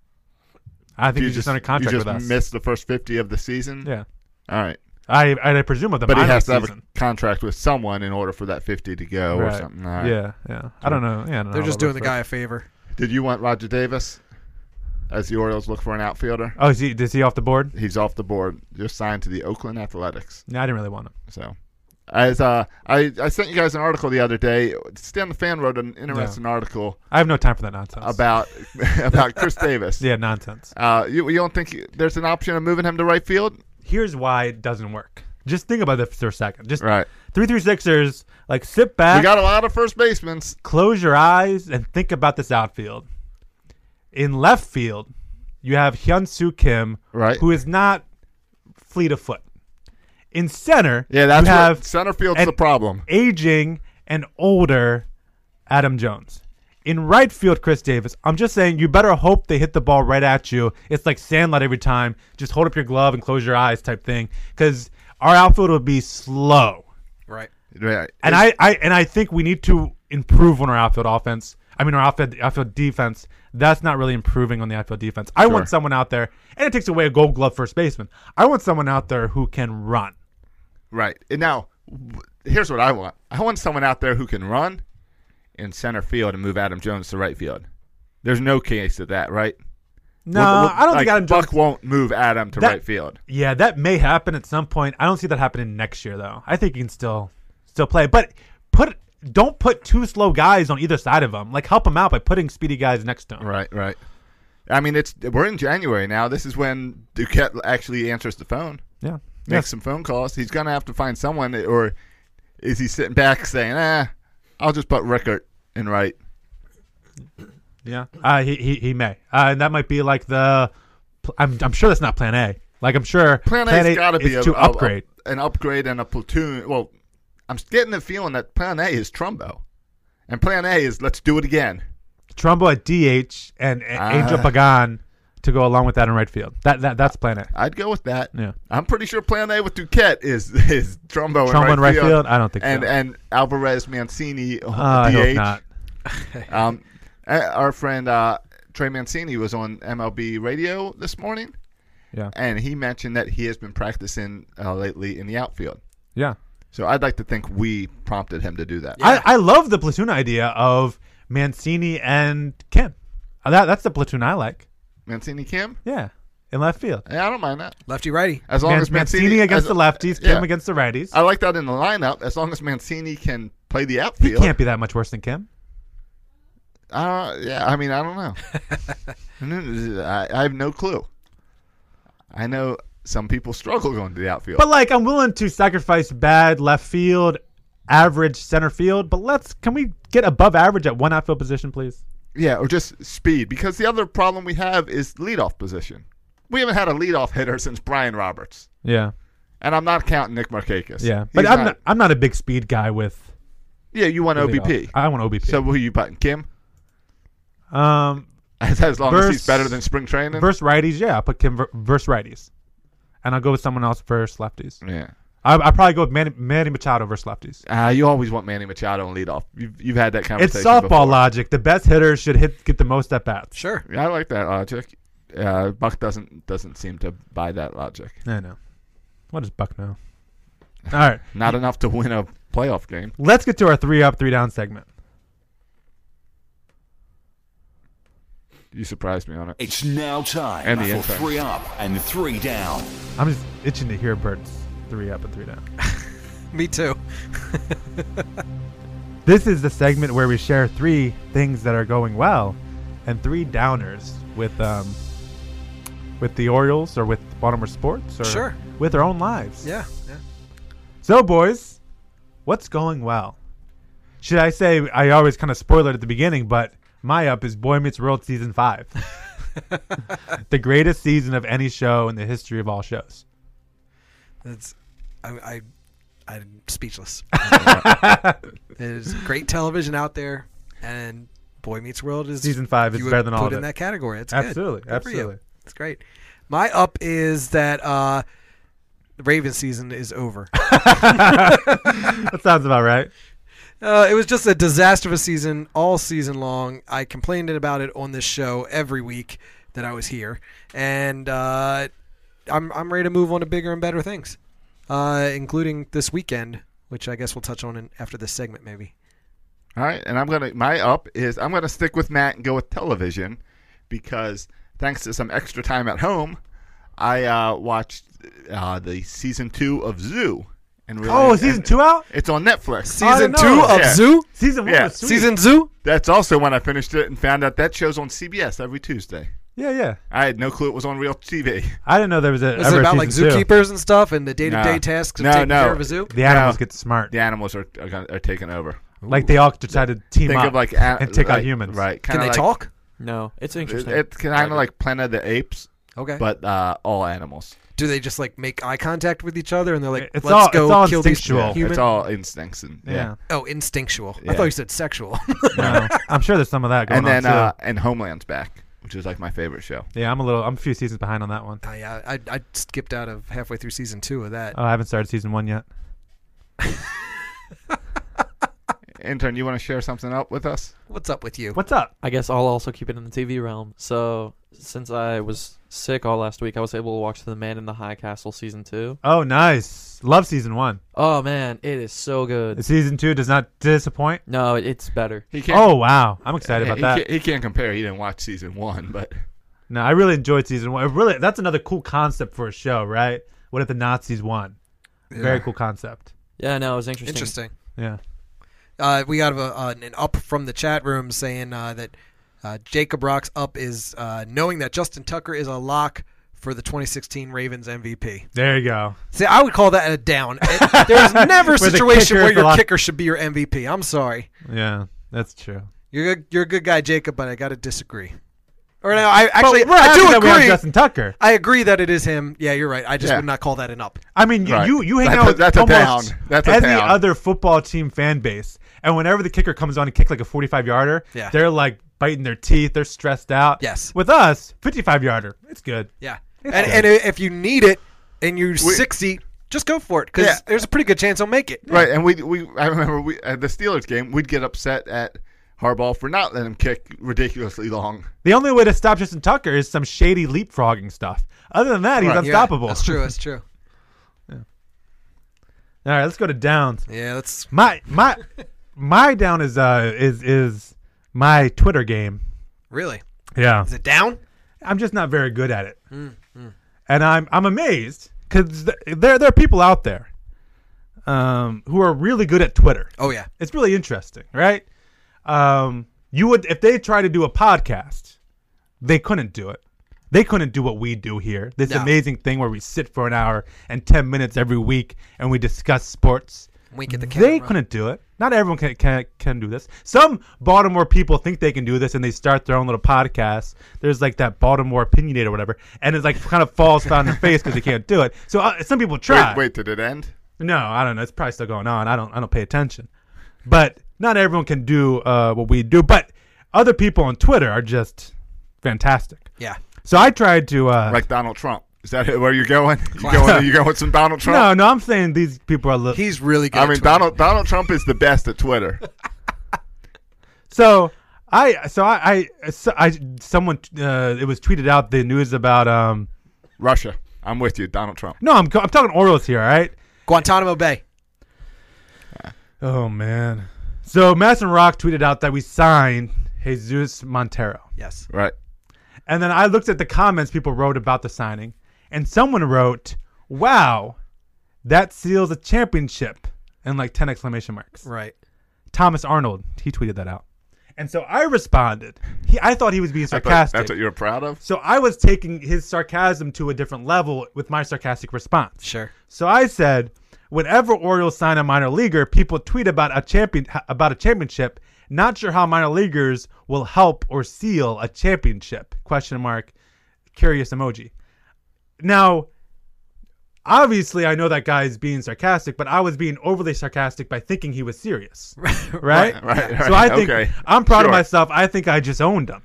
Speaker 3: I think
Speaker 1: You
Speaker 3: he's just under contract
Speaker 1: you just
Speaker 3: with us.
Speaker 1: Missed the first fifty of the season.
Speaker 3: Yeah.
Speaker 1: All right.
Speaker 3: I I presume with the
Speaker 1: but he
Speaker 3: minor
Speaker 1: has to
Speaker 3: league
Speaker 1: have
Speaker 3: season.
Speaker 1: a contract with someone in order for that fifty to go or
Speaker 3: Right.
Speaker 1: something. All right.
Speaker 3: Yeah, yeah. I don't know. Yeah, I don't
Speaker 7: They're
Speaker 3: know
Speaker 7: just
Speaker 3: how that
Speaker 7: doing the
Speaker 3: works out.
Speaker 7: guy a favor.
Speaker 1: Did you want Roger Davis as the Orioles look for an outfielder?
Speaker 3: Oh, is he, is he off the board?
Speaker 1: He's off the board. Just signed to the Oakland Athletics.
Speaker 3: No, I didn't really want him.
Speaker 1: So, as uh, I I sent you guys an article the other day. Stan the fan wrote an interesting article
Speaker 3: I have no time for that nonsense.
Speaker 1: about [LAUGHS] about
Speaker 3: [LAUGHS]
Speaker 1: Chris Davis.
Speaker 3: yeah, nonsense.
Speaker 1: Uh, you, you don't think you- there's an option of moving him to right field?
Speaker 3: Here's why it doesn't work. Just think about this for a second. Just
Speaker 1: Right.
Speaker 3: three three sixers. Like sit back.
Speaker 1: We got a lot of first basemen.
Speaker 3: close your eyes and think about this outfield. In left field, you have Hyun Soo Kim,
Speaker 1: Right.
Speaker 3: who is not fleet of foot. In center,
Speaker 1: Yeah, that's
Speaker 3: you
Speaker 1: what-
Speaker 3: have
Speaker 1: center field's
Speaker 3: an
Speaker 1: the problem.
Speaker 3: Aging and older Adam Jones. In right field, Chris Davis. I'm just saying, you better hope they hit the ball right at you. It's like sandlot every time. Just hold up your glove and close your eyes, type thing. Because our outfield will be slow.
Speaker 7: Right.
Speaker 1: Right.
Speaker 3: And I, I and I think we need to improve on our outfield offense. I mean, our outfield outfield defense. That's not really improving on the outfield defense. I want
Speaker 1: Sure.
Speaker 3: someone out there, and it takes away a Gold Glove first baseman. I want someone out there who can run.
Speaker 1: Right. And now, w- here's what I want. I want someone out there who can run in center field and move Adam Jones to right field. There's no case of that, right?
Speaker 3: No,
Speaker 1: Well, well,
Speaker 3: I don't think
Speaker 1: like,
Speaker 3: Adam
Speaker 1: Buck won't move Adam to
Speaker 3: That-
Speaker 1: right field.
Speaker 3: Yeah, that may happen at some point. I don't see that happening next year though. I think he can still still play, but put don't put two slow guys on either side of him. Like help him out by putting speedy guys next to him.
Speaker 1: Right, right. I mean, it's we're in January now. This is when Duquette actually answers the phone.
Speaker 3: Yeah.
Speaker 1: makes
Speaker 3: Yes.
Speaker 1: some phone calls. He's gonna have to find someone, that- or is he sitting back saying, "Ah, I'll just put Rickert in right."
Speaker 3: Yeah. Uh, he, he he may, uh, and that might be like the. pl- I'm I'm sure that's not Plan A. Like I'm sure
Speaker 1: Plan, A's got to be
Speaker 3: is
Speaker 1: a,
Speaker 3: to
Speaker 1: a-
Speaker 3: upgrade.
Speaker 1: an upgrade, and a platoon. Well, I'm getting the feeling that Plan A is Trumbo, and Plan A is let's do it again.
Speaker 3: Trumbo at DH and A- Angel
Speaker 1: Ah.
Speaker 3: Pagan to go along with that in right field. That that that's Plan A.
Speaker 1: I'd go with that.
Speaker 3: Yeah.
Speaker 1: I'm pretty sure Plan A with Duquette is [LAUGHS] is Trumbo,
Speaker 3: Trumbo
Speaker 1: in right, field.
Speaker 3: I don't think
Speaker 1: and
Speaker 3: so. Ah,
Speaker 1: and Alvarez Mancini uh,
Speaker 3: I
Speaker 1: DH.
Speaker 3: hope not.
Speaker 1: [LAUGHS] um, a- our friend uh, Trey Mancini was on MLB radio this morning.
Speaker 3: Yeah.
Speaker 1: And he mentioned that he has been practicing uh, lately in the outfield.
Speaker 3: Yeah.
Speaker 1: So I'd like to think we prompted him to do that.
Speaker 3: I, I love the platoon idea of Mancini and Kim. Uh, That that's the platoon I like.
Speaker 1: Mancini Kim?
Speaker 3: Yeah, in left field.
Speaker 1: Yeah, I don't mind that.
Speaker 7: Lefty righty.
Speaker 1: As long
Speaker 3: Man-
Speaker 1: as Mancini,
Speaker 3: against
Speaker 1: as-
Speaker 3: the lefties,
Speaker 1: yeah.
Speaker 3: Kim against the righties.
Speaker 1: I like that in the lineup. As long as Mancini can play the
Speaker 3: He
Speaker 1: outfield.
Speaker 3: can't be that much worse than Kim.
Speaker 1: Uh, yeah, I mean, I
Speaker 3: [LAUGHS]
Speaker 1: don't know. I, I have no clue. I know some people struggle going to the outfield.
Speaker 3: But like, I'm willing to sacrifice bad left field, average center field. But let's can we get above average at one outfield position, please?
Speaker 1: Yeah, or just speed. Because the other problem we have is leadoff position. We haven't had a leadoff hitter since Brian Roberts,
Speaker 3: Yeah,
Speaker 1: and I'm not counting Nick Markakis.
Speaker 3: yeah.
Speaker 1: He's
Speaker 3: But I'm not, I'm not a big speed guy with.
Speaker 1: Yeah, you want
Speaker 3: with
Speaker 1: OBP.
Speaker 3: leadoff. I want OBP.
Speaker 1: So who you button? Kim? [LAUGHS]
Speaker 3: um,
Speaker 1: As, as long as
Speaker 3: Verse-
Speaker 1: he's better than spring training.
Speaker 3: versus righties, yeah, I put Kim ver- versus righties, and I'll go with someone else versus lefties.
Speaker 1: yeah.
Speaker 3: I I probably go with Manny, Manny Machado versus lefties.
Speaker 1: Uh, you always want Manny Machado on leadoff. You've, you've had that
Speaker 3: It's
Speaker 1: conversation.
Speaker 3: softball
Speaker 1: before.
Speaker 3: logic. The best hitter should hit get the most at bats.
Speaker 7: Sure.
Speaker 1: Yeah, I like that logic. Uh, Buck doesn't doesn't seem to buy that logic.
Speaker 3: I know. What does Buck know? All right,
Speaker 1: Not enough to win a playoff game.
Speaker 3: let's get to our three up, three down segment.
Speaker 1: You surprised me on it.
Speaker 11: It's now time
Speaker 1: And the
Speaker 11: for
Speaker 1: intro.
Speaker 11: three up and three down.
Speaker 3: I'm just itching to hear Bert's three up and three down.
Speaker 7: [LAUGHS] Me too.
Speaker 3: This is the segment where we share three things that are going well and three downers with um with the Orioles or with Baltimore Sports or
Speaker 7: Sure.
Speaker 3: with our own lives.
Speaker 7: Yeah. Yeah.
Speaker 3: So, boys, what's going well? Should I say I always kind of spoil it at the beginning, but my up is Boy Meets World
Speaker 1: [LAUGHS]
Speaker 3: season five, the greatest season of any show in the history of all shows.
Speaker 7: That's. I. I I'm
Speaker 3: [LAUGHS]
Speaker 7: speechless. There's great television out there, and Boy Meets World is
Speaker 3: Season five is
Speaker 7: you would
Speaker 3: better than all
Speaker 7: put
Speaker 3: of
Speaker 7: in
Speaker 3: it.
Speaker 7: that category. It's
Speaker 3: Absolutely,
Speaker 7: good. Good for you.
Speaker 3: absolutely.
Speaker 7: It's great. My up is that uh, the Raven season is over.
Speaker 3: That sounds about right.
Speaker 7: Uh, it was just a disaster of a season all season long. I complained about it on this show every week that I was here, and uh, I'm I'm ready to move on to bigger and better things, uh, including this weekend, which I guess we'll touch on in, after this segment maybe.
Speaker 1: All right, and I'm gonna my up is I'm gonna stick with Matt and go with television because thanks to some extra time at home, I uh, watched uh, the season two of Zoo. And really,
Speaker 3: Oh, season
Speaker 1: and
Speaker 3: two out?
Speaker 1: It's on Netflix.
Speaker 7: Season
Speaker 3: know.
Speaker 7: two of
Speaker 1: Yeah.
Speaker 7: Zoo.
Speaker 3: Season one
Speaker 1: Yeah.
Speaker 3: was sweet.
Speaker 7: Season Zoo.
Speaker 1: That's also when I finished it and found out that show's on CBS every Tuesday.
Speaker 3: Yeah, yeah.
Speaker 1: I had no clue it was on real [LAUGHS] TV.
Speaker 3: I didn't know there was a.
Speaker 7: Is
Speaker 3: ever
Speaker 7: it
Speaker 3: a
Speaker 7: about like
Speaker 3: season two.
Speaker 7: zookeepers and stuff and the day to day
Speaker 1: No.
Speaker 7: tasks of
Speaker 1: No,
Speaker 7: taking
Speaker 1: no.
Speaker 7: care of a zoo?
Speaker 3: The animals
Speaker 1: No.
Speaker 3: get smart.
Speaker 1: The animals are are, gonna, are taking over.
Speaker 3: Like they all decided to team
Speaker 1: Think
Speaker 3: up
Speaker 1: of like an-
Speaker 3: [LAUGHS] and take out
Speaker 1: like-
Speaker 3: humans.
Speaker 1: Right?
Speaker 7: Can
Speaker 1: kinda
Speaker 7: they
Speaker 1: like-
Speaker 7: talk?
Speaker 6: No, it's
Speaker 1: It,
Speaker 6: interesting.
Speaker 1: it's kind of like Planet of the Apes,
Speaker 7: Okay.
Speaker 1: but uh, all animals.
Speaker 7: Do they just like make eye contact with each other and they're like,
Speaker 3: It's
Speaker 7: "Let's
Speaker 3: all-
Speaker 7: go
Speaker 3: it's all
Speaker 7: kill these
Speaker 3: instinctual.
Speaker 7: humans"?
Speaker 1: It's all instincts and
Speaker 3: Yeah.
Speaker 1: yeah.
Speaker 7: Oh, instinctual.
Speaker 1: Yeah.
Speaker 7: I thought you said sexual.
Speaker 3: No. I'm sure there's some
Speaker 1: [LAUGHS]
Speaker 3: of that going
Speaker 1: and then
Speaker 3: on too.
Speaker 1: uh, and Homeland's back, which is like my favorite show.
Speaker 3: yeah, I'm a little. I'm a few seasons behind on that one.
Speaker 7: I, I I skipped out of halfway through season two of that.
Speaker 3: Uh, Oh, I haven't started season one yet.
Speaker 1: Intern, you want to share something up with us?
Speaker 7: What's up with you?
Speaker 3: What's up?
Speaker 6: I guess I'll also keep it in the TV realm. So since I was sick all last week, I was able to watch The Man in the High Castle season two.
Speaker 3: Oh, nice. Love season one.
Speaker 6: Oh man, it is so good.
Speaker 3: Season two does not disappoint.
Speaker 6: No, it's better.
Speaker 1: He can't-
Speaker 3: Oh wow, I'm excited
Speaker 1: Yeah,
Speaker 3: about
Speaker 1: he
Speaker 3: that.
Speaker 1: Can't, he can't compare. He didn't watch season one,
Speaker 3: [LAUGHS]
Speaker 1: but
Speaker 3: No, I really enjoyed season one. It really, that's another cool concept for a show, right? What if the Nazis won? Very
Speaker 7: Yeah.
Speaker 3: cool concept.
Speaker 6: Yeah, no, it was interesting.
Speaker 7: Interesting.
Speaker 3: Yeah.
Speaker 7: Uh, we got a, uh, an up from the chat room saying uh, that uh, Jacob Rock's up is uh, knowing that Justin Tucker is a lock for the 2016 Ravens MVP.
Speaker 3: There you go.
Speaker 7: See, I would call that a down.
Speaker 3: [LAUGHS]
Speaker 7: It- There's never a
Speaker 3: Where the
Speaker 7: situation
Speaker 3: kicker
Speaker 7: where
Speaker 3: is the
Speaker 7: your
Speaker 3: lock-
Speaker 7: kicker should be your MVP. I'm sorry.
Speaker 3: Yeah, that's true.
Speaker 7: You're a, you're a good guy, Jacob, but I got to disagree. Or no, I actually
Speaker 3: we're
Speaker 7: I
Speaker 3: happy
Speaker 7: do
Speaker 3: that we have
Speaker 7: agree.
Speaker 3: Justin Tucker.
Speaker 7: I agree that it is him. Yeah, you're right. I just
Speaker 1: Yeah.
Speaker 7: would not call that an up.
Speaker 3: I mean, you-
Speaker 1: Right.
Speaker 3: you you hang
Speaker 1: That's
Speaker 3: out
Speaker 1: a-
Speaker 3: with
Speaker 1: that's a
Speaker 3: almost
Speaker 1: down. That's a
Speaker 3: every
Speaker 1: down.
Speaker 3: other football team fan base, and whenever the kicker comes on and kick like a 45 yarder,
Speaker 7: Yeah.
Speaker 3: they're like biting their teeth. They're stressed out.
Speaker 7: Yes.
Speaker 3: With us, 55 yarder, it's good.
Speaker 7: Yeah,
Speaker 3: It's
Speaker 7: and,
Speaker 3: good.
Speaker 7: and if you need it and you're 60, just go for it because
Speaker 1: Yeah.
Speaker 7: there's a pretty good chance he'll make it.
Speaker 1: right. And we we I remember we at the Steelers game we'd get upset at Harbaugh for not letting him kick ridiculously long.
Speaker 3: The only way to stop Justin Tucker is some shady leapfrogging stuff. Other than that, he's
Speaker 1: Right.
Speaker 3: unstoppable.
Speaker 7: Yeah, that's true. That's true.
Speaker 3: All right, let's go to downs.
Speaker 7: Yeah, that's
Speaker 3: My my my down is uh is is my Twitter game.
Speaker 7: really.
Speaker 3: Yeah.
Speaker 7: Is it down?
Speaker 3: I'm just not very good at it.
Speaker 7: Hmm,
Speaker 3: And I'm I'm amazed cuz there there are people out there um who are really good at Twitter.
Speaker 7: Oh yeah.
Speaker 3: It's really interesting, right? Um you would if they try to do a podcast, they couldn't do it. They couldn't do what we do here. This
Speaker 7: No.
Speaker 3: amazing thing where we sit for an hour and 10 minutes every week and we discuss sports.
Speaker 7: Wink at the camera.
Speaker 3: They couldn't do it. Not everyone can, can can do this. Some Baltimore people think they can do this, and they start their own little podcast. There's like that Baltimore opinionated or whatever, and it's like kind of falls flat on their face because they can't do it. So uh, some people try.
Speaker 1: Wait, wait, did it end?
Speaker 3: No, I don't know. It's probably still going on. I don't. I don't pay attention. But not everyone can do uh, what we do. But other people on Twitter are just fantastic.
Speaker 7: Yeah.
Speaker 3: So I tried to. Uh,
Speaker 1: Like Donald Trump? Is that [LAUGHS] where you're going? You going? [LAUGHS] You going with some Donald Trump?
Speaker 3: No, no. I'm saying these people are. Li-
Speaker 7: He's really good.
Speaker 1: I
Speaker 7: at
Speaker 1: mean,
Speaker 7: Twitter.
Speaker 1: Donald Donald Trump is the best at [LAUGHS] Twitter.
Speaker 3: So I so I I, so I someone uh, it was tweeted out the news about um
Speaker 1: Russia. I'm with you, Donald Trump.
Speaker 3: no I'm I'm talking Orioles here, all right?
Speaker 7: Guantanamo Bay.
Speaker 3: Oh man. So Madison Rock tweeted out that we signed Jesus Montero.
Speaker 7: Yes.
Speaker 1: Right.
Speaker 3: And then I looked at the comments people wrote about the signing and someone wrote, "Wow, that seals a championship." And like 10 exclamation marks.
Speaker 7: Right.
Speaker 3: Thomas Arnold, he tweeted that out. And so I responded. He I thought he was being
Speaker 1: That's what-
Speaker 3: sarcastic.
Speaker 1: That's what you're proud of.
Speaker 3: So I was taking his sarcasm to a different level with my sarcastic response.
Speaker 7: Sure.
Speaker 3: So I said, whenever Orioles sign a minor leaguer, people tweet about a champion about a championship. Not sure how minor leaguers will help or seal a championship? Question mark. Curious emoji. Now, obviously, I know that guy is being sarcastic, but I was being overly sarcastic by thinking he was serious, right?
Speaker 1: [LAUGHS] Right, right,
Speaker 3: So I
Speaker 1: right,
Speaker 3: think
Speaker 1: okay.
Speaker 3: I'm proud of
Speaker 1: Sure.
Speaker 3: myself. I think I just
Speaker 1: [LAUGHS]
Speaker 3: owned him.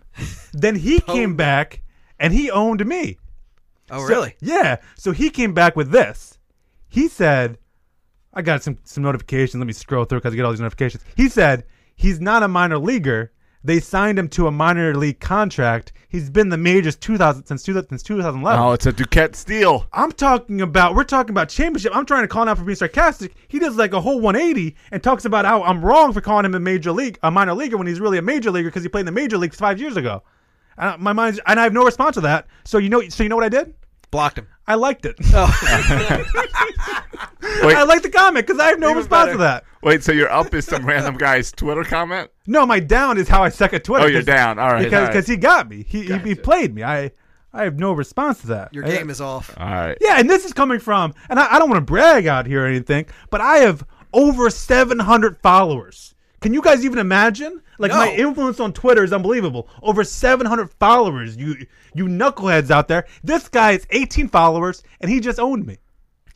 Speaker 3: then he came back and he owned me.
Speaker 7: Oh
Speaker 3: So-
Speaker 7: really?
Speaker 3: Yeah. So he came back with this. He said, I got some, some notifications. Let me scroll through because I get all these notifications. He said, he's not a minor leaguer. They signed him to a minor league contract. He's been in the majors 2000, since, 2000, since 2011.
Speaker 1: Oh, it's a Duquette steal.
Speaker 3: I'm talking about, we're talking about championship. I'm trying to call him out for being sarcastic. He does like a whole 180 and talks about how I'm wrong for calling him a major league, a minor leaguer when he's really a major leaguer because he played in the major leagues five years ago. And I- my mind's, and I have no response to that. So you know, so you know what I did?
Speaker 7: Blocked him. Oh,
Speaker 3: I liked it. [LAUGHS]
Speaker 1: Wait.
Speaker 3: I like the comment because I have no
Speaker 7: Even
Speaker 3: response
Speaker 7: better.
Speaker 3: to that.
Speaker 1: Wait, so your up is [LAUGHS] some random guy's Twitter comment?
Speaker 3: No, my down is how I suck at Twitter.
Speaker 1: Oh, you're
Speaker 3: 'cause-
Speaker 1: down. All right,
Speaker 3: because
Speaker 1: all right.
Speaker 3: because he got me. He, he he
Speaker 1: Gotcha.
Speaker 3: played me. I I have no response to that.
Speaker 7: [LAUGHS] Your
Speaker 3: I-
Speaker 7: game is off.
Speaker 1: All right.
Speaker 3: yeah, and this is coming from, and I, I don't want to brag out here or anything, but I have over 700 followers. Can you guys even imagine? Like my
Speaker 7: No.
Speaker 3: influence on Twitter is unbelievable. Over 700 followers. You you knuckleheads out there. This guy is 18 followers, and he just owned me.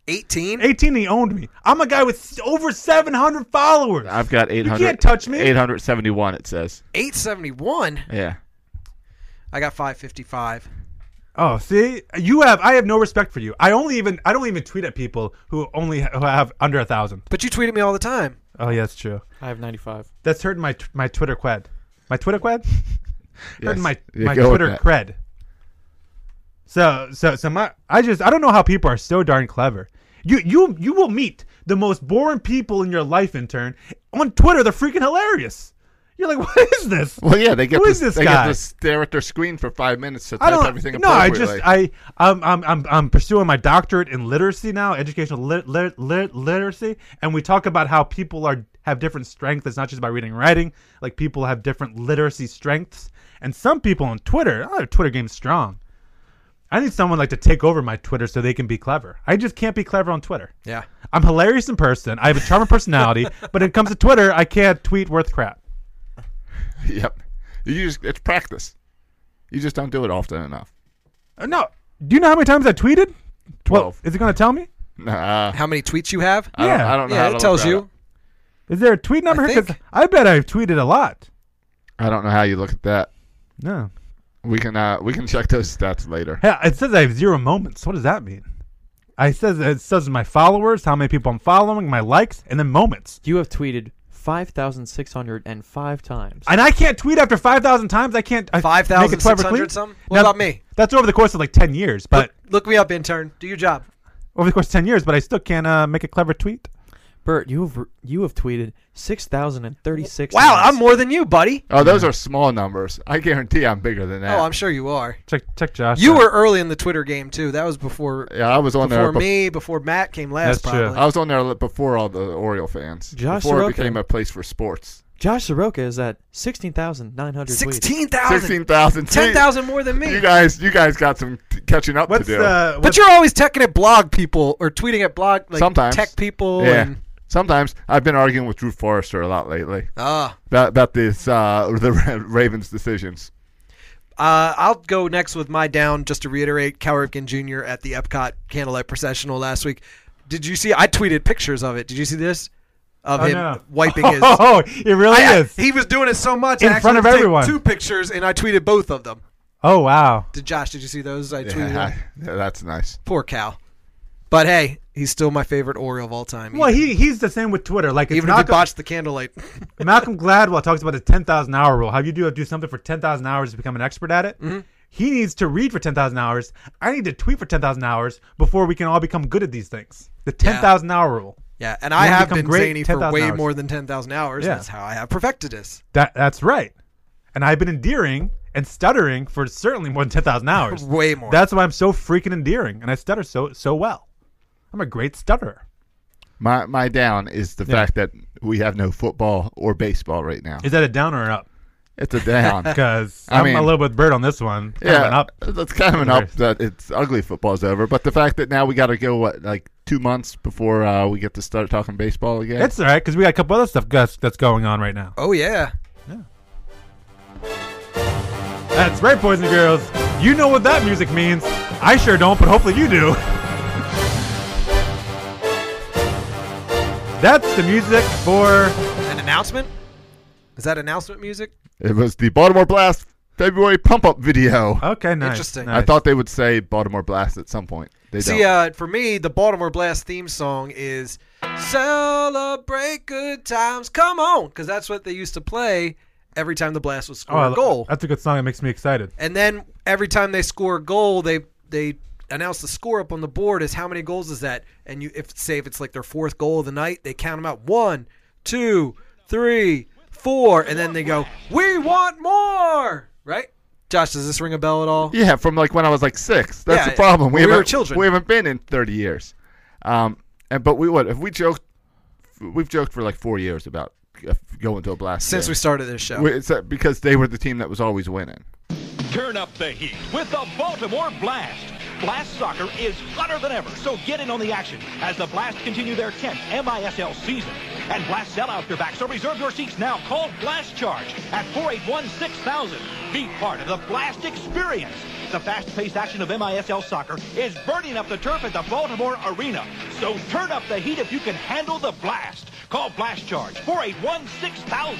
Speaker 7: 18.
Speaker 3: 18 he owned me i'm a guy with s- over 700 followers
Speaker 1: I've got 800.
Speaker 3: can't touch me.
Speaker 1: 871, it says.
Speaker 7: 871.
Speaker 1: Yeah.
Speaker 7: I got 555.
Speaker 3: Oh, see, you have. I have no respect for you. I only even. I don't even tweet at people who only ha- who have under a thousand.
Speaker 7: But you tweet at me all the time.
Speaker 3: Oh yeah, that's true.
Speaker 6: I have 95.
Speaker 3: That's hurting my t- my Twitter cred. My Twitter
Speaker 6: [LAUGHS]
Speaker 3: cred.
Speaker 6: Yes,
Speaker 3: hurting my
Speaker 6: you
Speaker 3: my
Speaker 6: go with
Speaker 3: Twitter
Speaker 6: that.
Speaker 3: cred. So so so my I just I don't know how people are so darn clever. You you you will meet the most boring people in your life, intern. On Twitter, they're freaking hilarious. You're like, [LAUGHS] what is this?
Speaker 1: Well, yeah, they get
Speaker 3: Who
Speaker 1: to,
Speaker 3: is this
Speaker 1: they
Speaker 3: guy?
Speaker 1: get to stare at their screen for five minutes to
Speaker 3: I
Speaker 1: type
Speaker 3: don't.
Speaker 1: everything
Speaker 3: no, I
Speaker 1: appropriately.
Speaker 3: just I I'm, I'm I'm I'm pursuing my doctorate in literacy now, educational lit, lit, lit, literacy, and we talk about how people are have different strengths. It's not just by reading and writing. Like people have different literacy strengths, and some people on Twitter, oh, their Twitter game's strong. I need someone like to take over my Twitter so they can be clever. I just can't be clever on Twitter.
Speaker 7: Yeah.
Speaker 3: I'm hilarious in person. I have a
Speaker 1: [LAUGHS]
Speaker 3: charming personality, but when it comes to Twitter, I can't tweet worth crap.
Speaker 1: [LAUGHS] yep. You just it's practice. You just don't do it often enough.
Speaker 3: Uh, No, do you know how many times I tweeted? Twelve. is it going to tell me?
Speaker 1: Nah.
Speaker 7: How many tweets you have?
Speaker 3: I don't- Yeah. I don't know
Speaker 7: Yeah,
Speaker 3: how
Speaker 7: it
Speaker 3: to look
Speaker 7: tells
Speaker 3: that
Speaker 7: you.
Speaker 3: up. Is there a tweet number? Because I, bet I've tweeted a lot.
Speaker 1: I don't know how you look at that.
Speaker 3: No.
Speaker 1: We can uh, we can check those stats later.
Speaker 3: Yeah, it says I have zero moments. What does that mean? I says it says my followers, how many people I'm following, my likes, and then moments.
Speaker 6: You have tweeted 5,605 times.
Speaker 3: And I can't tweet after five thousand times. I can't I five
Speaker 7: 5,600 some? What about me?
Speaker 3: That's over the course of like ten years, but
Speaker 7: Look me up, intern. Do your job.
Speaker 3: over the course of ten years, but I still can't uh, make a clever tweet.
Speaker 6: Bert, you have you have tweeted 6,036
Speaker 7: Wow, I'm more than you, buddy.
Speaker 1: Oh, those are small numbers. I guarantee I'm bigger than that.
Speaker 7: Oh, I'm sure you are.
Speaker 3: Check check Josh.
Speaker 7: You were early in the Twitter game too. That was before.
Speaker 1: Yeah, I was on
Speaker 7: before
Speaker 1: there bef-
Speaker 7: me. Before Matt came last, probably.
Speaker 1: I was on there li- before all the Oriole fans.
Speaker 6: Josh
Speaker 1: before
Speaker 6: Sorokin.
Speaker 1: it became a place for sports.
Speaker 6: Josh Soroka is at 16,900 tweets.
Speaker 7: 16,000.
Speaker 1: 16,000
Speaker 7: 10,000 more than me.
Speaker 1: You guys, you guys got some t- catching up to do.
Speaker 3: uh,
Speaker 7: but you're always teching at blog people or tweeting at blog like
Speaker 1: Sometimes
Speaker 7: tech people.
Speaker 1: Yeah.
Speaker 7: And,
Speaker 1: Sometimes I've been arguing with Drew Forrester a lot lately.
Speaker 7: Ah.
Speaker 1: About, about this uh, [LAUGHS] the Ra- Ravens decisions.
Speaker 7: uh, I'll go next with my down just to reiterate. Cal Ripken Jr. at the Epcot Candlelight Processional last week. Did you see? I tweeted pictures of it. Did you see this? Of
Speaker 3: Oh,
Speaker 7: him
Speaker 3: no. [LAUGHS]
Speaker 7: wiping his.
Speaker 3: Oh, it really
Speaker 7: I- I-
Speaker 3: is.
Speaker 7: He was doing it so much. I
Speaker 3: In front
Speaker 7: actually
Speaker 3: of
Speaker 7: took
Speaker 3: everyone.
Speaker 7: Two pictures, and I tweeted both of them.
Speaker 3: Oh wow.
Speaker 7: Did Josh? Did you see those? I tweeted.
Speaker 1: Yeah,
Speaker 7: them.
Speaker 1: yeah, [LAUGHS] that's nice.
Speaker 7: Poor Cal. But hey, he's still my favorite Oriole of all time.
Speaker 3: Well, he he's the same with Twitter. Like it's
Speaker 7: even if he
Speaker 3: Malcolm,
Speaker 7: botched
Speaker 3: [LAUGHS]
Speaker 7: the candlelight.
Speaker 3: Malcolm Gladwell talks about the ten thousand hour rule. How you do do something for ten thousand hours to become an expert at it.
Speaker 1: Mm-hmm.
Speaker 3: He needs to read for ten thousand hours. I need to tweet for ten thousand hours before we can all become good at these things. The ten thousand hour rule.
Speaker 7: Yeah, and
Speaker 3: You
Speaker 7: I
Speaker 3: wanna
Speaker 7: have
Speaker 3: become
Speaker 7: been
Speaker 3: great,
Speaker 7: zany for
Speaker 3: 10,000
Speaker 7: way
Speaker 3: hours.
Speaker 7: more than ten thousand hours.
Speaker 3: Yeah.
Speaker 7: That's how I have perfected this.
Speaker 3: That that's right. And I've been endearing and stuttering for certainly more than ten
Speaker 1: [LAUGHS]
Speaker 3: thousand hours.
Speaker 7: Way more.
Speaker 3: That's why I'm so freaking endearing, and I stutter so so well. I'm a great stutterer.
Speaker 1: My my down is the
Speaker 3: Yeah.
Speaker 1: fact that we have no football or baseball right now.
Speaker 3: Is that a down or an up?
Speaker 1: It's a
Speaker 3: [LAUGHS]
Speaker 1: down
Speaker 3: because
Speaker 1: I
Speaker 3: I'm
Speaker 1: mean-
Speaker 3: a little bit bird on this one. It's kind of
Speaker 1: yeah,
Speaker 3: an up.
Speaker 1: that's kind of an up that it's ugly football's over. But the fact that now we got to go what like two months before uh, we get to start talking baseball again.
Speaker 3: It's all right because we got a couple other stuff that's, that's going on right now.
Speaker 7: Oh yeah.
Speaker 3: That's right, boys and girls. You know what that music means. I sure don't, but hopefully you do. [LAUGHS] That's the music for.
Speaker 7: An announcement? Is that announcement music?
Speaker 1: It was the Baltimore Blast February pump up video.
Speaker 3: Okay,
Speaker 7: nice, Interesting.
Speaker 1: I thought they would say Baltimore Blast at some point. They
Speaker 7: See,
Speaker 1: don't.
Speaker 7: uh, for me, the Baltimore Blast theme song is "Celebrate Good Times." Come on, because that's what they used to play every time the Blast would score
Speaker 3: Oh,
Speaker 7: a goal.
Speaker 3: That's a good song. It makes me excited.
Speaker 7: And then every time they score a goal, they they announce the score up on the board as how many goals is that? And you if say if it's like their fourth goal of the night, they count them out one, two, three, four, and then they go, "We want more!" Right? Josh, does this ring a bell at all?
Speaker 1: yeah, from like when I was like six. That's
Speaker 7: Yeah,
Speaker 1: the problem.
Speaker 7: we were
Speaker 1: haven't-
Speaker 7: children.
Speaker 1: We haven't been in thirty years. Um, and but we what if we joked? We've joked for like four years about uh, going to a blast
Speaker 7: Since
Speaker 1: game.
Speaker 7: we started this show.
Speaker 1: We- it's, uh, because they were the team that was always winning.
Speaker 7: [LAUGHS]
Speaker 12: Turn up the heat with the Baltimore Blast. Blast soccer is hotter than ever, so get in on the action as the Blast continue their 10th MISL season. And Blast sellouts are back, so reserve your seats now. Call Blast Charge at 481-6000. Be part of the Blast experience. The fast-paced action of MISL soccer is burning up the turf at the Baltimore Arena. So turn up the heat if you can handle the Blast. Call Blast Charge 481-6000.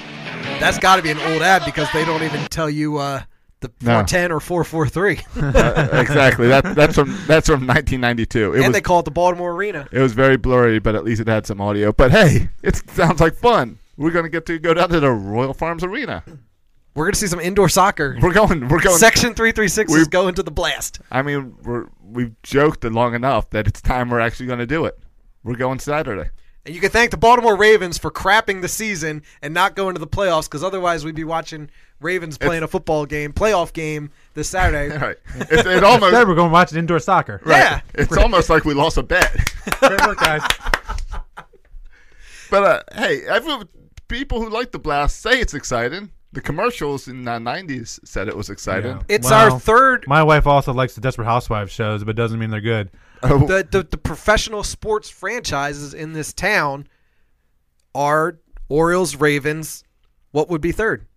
Speaker 7: That's got to be an old ad because they don't even tell you uh, the
Speaker 1: No.
Speaker 7: 410 or 443.
Speaker 1: Uh, exactly. That that's from that's from 1992. It
Speaker 7: and
Speaker 1: was
Speaker 7: they call it the Baltimore Arena.
Speaker 1: it was very blurry, but at least it had some audio. But hey, it sounds like fun. We're gonna get to go down to the Royal Farms Arena.
Speaker 7: We're gonna see some indoor soccer.
Speaker 1: We're going. We're going.
Speaker 7: Section 336
Speaker 1: We-
Speaker 7: is going to the blast.
Speaker 1: I mean, we're we've joked it long enough that it's time we're actually gonna do it. We're going Saturday.
Speaker 7: And you can thank the Baltimore Ravens for crapping the season and not going to the playoffs because otherwise we'd be watching Ravens playing a football game, playoff game this
Speaker 1: [LAUGHS]
Speaker 7: Saturday.
Speaker 1: right. It, it almost.
Speaker 3: Instead, we're going to watch an indoor soccer.
Speaker 1: Right.
Speaker 7: Yeah.
Speaker 1: It's almost like we lost a bet.
Speaker 3: Great work, guys.
Speaker 1: But uh, hey, everyone, people who like the blast say it's exciting. The commercials in the '90s said it was exciting.
Speaker 7: It's our third-
Speaker 3: My wife also likes the Desperate Housewives shows, but doesn't mean they're good.
Speaker 1: Oh,
Speaker 7: the, the the professional sports franchises in this town are Orioles, Ravens. What would be third?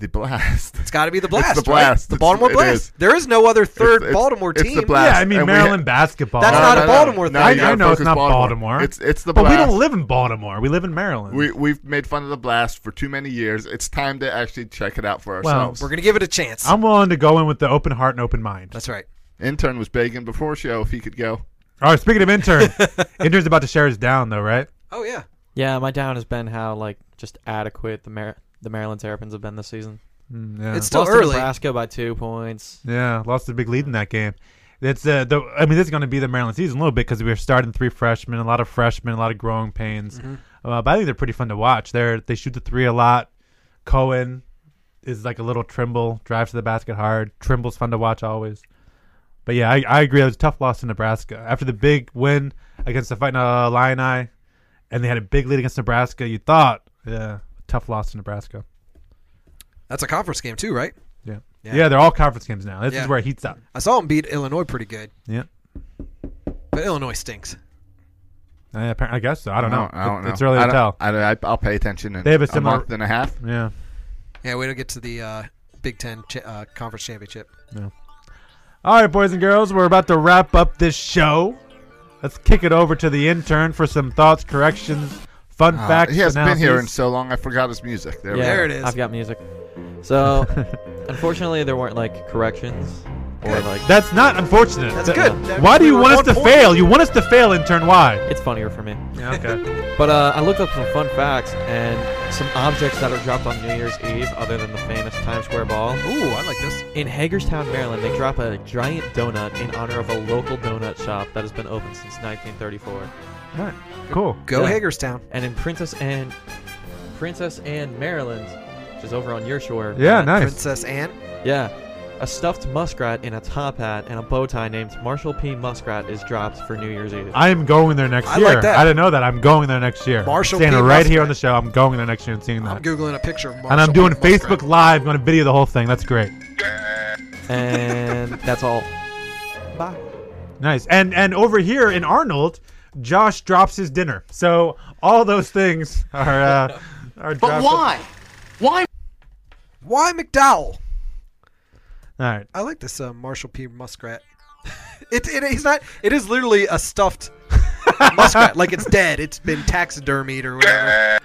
Speaker 1: the blast.
Speaker 7: It's got to be the Blast.
Speaker 1: the
Speaker 7: right?
Speaker 1: Blast.
Speaker 7: The
Speaker 1: It's-
Speaker 7: Baltimore
Speaker 1: it
Speaker 7: Blast.
Speaker 1: is.
Speaker 7: There is no other third
Speaker 1: it's-
Speaker 7: Baltimore
Speaker 1: it's the
Speaker 7: team.
Speaker 1: Blast.
Speaker 3: Yeah, I mean
Speaker 1: And we
Speaker 3: Maryland
Speaker 1: ha-
Speaker 3: basketball.
Speaker 7: That's No, not a no, no. Baltimore
Speaker 1: No,
Speaker 7: thing.
Speaker 3: I,
Speaker 1: you gotta
Speaker 3: I know it's
Speaker 1: focus
Speaker 3: not Baltimore.
Speaker 1: It's it's the
Speaker 3: but
Speaker 1: blast.
Speaker 3: we don't live in Baltimore. We live in Maryland.
Speaker 1: We we've made fun of the blast for too many years. It's time to actually check it out for
Speaker 3: Well,
Speaker 1: ourselves.
Speaker 7: We're gonna give it a chance.
Speaker 3: I'm willing to go in with the open heart and open mind.
Speaker 7: That's right.
Speaker 1: Intern was begging before show if he could go.
Speaker 3: All right. Speaking of intern, intern's about to share his down though, right?
Speaker 7: Oh yeah.
Speaker 6: Yeah, my down has been how like just adequate the Mar- the Maryland Terrapins have been this season.
Speaker 3: Mm, yeah.
Speaker 7: It's still
Speaker 6: Lost
Speaker 7: early.
Speaker 6: To Nebraska by two points.
Speaker 3: Yeah, lost a big lead in that game. It's uh, the I mean, this is going to be the Maryland season a little bit because we're starting three freshmen, a lot of freshmen, a lot of growing pains. Uh, but I think they're pretty fun to watch. They're they shoot the three a lot. Cohen is like a little Trimble, drives to the basket hard. Trimble's fun to watch always. But yeah, I, I agree. It was a tough loss to Nebraska after the big win against the Fighting Illini, and they had a big lead against Nebraska. You thought, yeah, tough loss to Nebraska.
Speaker 7: That's a conference game too, right?
Speaker 3: Yeah,
Speaker 7: Yeah.
Speaker 3: yeah, they're all conference games now. This
Speaker 7: Yeah.
Speaker 3: is where it heats up.
Speaker 7: I saw them beat Illinois pretty good,
Speaker 3: Yeah.
Speaker 7: but Illinois stinks.
Speaker 3: I, Eh, appar- I guess so. I don't know.
Speaker 1: I don't
Speaker 3: It-
Speaker 1: know.
Speaker 3: It's early
Speaker 1: I
Speaker 3: to
Speaker 1: don't-
Speaker 3: tell.
Speaker 1: I, I, I'll pay attention in
Speaker 3: They have a similar-
Speaker 1: month and a half.
Speaker 3: Yeah.
Speaker 7: Yeah, we don't get to the uh, Big Ten cha- uh, conference championship.
Speaker 3: All right, boys and girls, we're about to wrap up this show. Let's kick it over to the intern for some thoughts, corrections, fun
Speaker 1: Uh,
Speaker 3: facts.
Speaker 1: he hasn't been here in
Speaker 3: analyses.
Speaker 1: so long. I forgot his music. There we
Speaker 6: yeah,
Speaker 1: go.
Speaker 7: it is.
Speaker 6: I've got [LAUGHS] music. So, unfortunately, there weren't like corrections or like
Speaker 3: That's not unfortunate.
Speaker 7: That's
Speaker 3: Th-
Speaker 7: good. That-
Speaker 3: Why do
Speaker 7: we
Speaker 3: you
Speaker 7: were
Speaker 3: want us
Speaker 7: on
Speaker 3: to
Speaker 7: point.
Speaker 3: fail? You want us to fail, intern. Why?
Speaker 6: it's funnier for me.
Speaker 3: Yeah, okay.
Speaker 6: But uh, I looked up some fun facts and some objects that are dropped on New Year's Eve, other than the famous Times Square ball.
Speaker 7: Ooh, I like this.
Speaker 6: In Hagerstown, Maryland, they drop a giant donut in honor of a local donut shop that has been open since 1934.
Speaker 3: All right. Cool.
Speaker 7: Go
Speaker 6: Yeah.
Speaker 7: Hagerstown.
Speaker 6: And in Princess Anne, Princess Anne, Maryland, which is over on your shore.
Speaker 3: Yeah,
Speaker 6: uh,
Speaker 3: nice.
Speaker 7: Princess Anne.
Speaker 6: Yeah. A stuffed muskrat in a top hat and a bow tie named Marshall P. Muskrat is dropped for New Year's Eve.
Speaker 3: I am going there next
Speaker 7: I
Speaker 3: year.
Speaker 7: like that.
Speaker 3: I didn't know that. I'm going there next year.
Speaker 7: Marshall
Speaker 3: Saying
Speaker 7: P.
Speaker 3: it right here
Speaker 7: Muskrat.
Speaker 3: on the show. I'm going there next year and seeing that.
Speaker 7: I'm googling a picture of Marshall.
Speaker 3: and I'm doing
Speaker 7: P. Muskrat.
Speaker 3: Facebook Live. going to video the whole thing. That's great.
Speaker 6: and that's all. Bye.
Speaker 3: Nice. And and over here in Arnold, Josh drops his dinner. So all those things are uh, are. But why?
Speaker 7: Why McDowell?
Speaker 3: All right.
Speaker 7: I like this uh, Marshall P. Muskrat. [LAUGHS] it, it is not. It is literally a stuffed [LAUGHS] muskrat. Like it's dead. It's been taxidermied or whatever.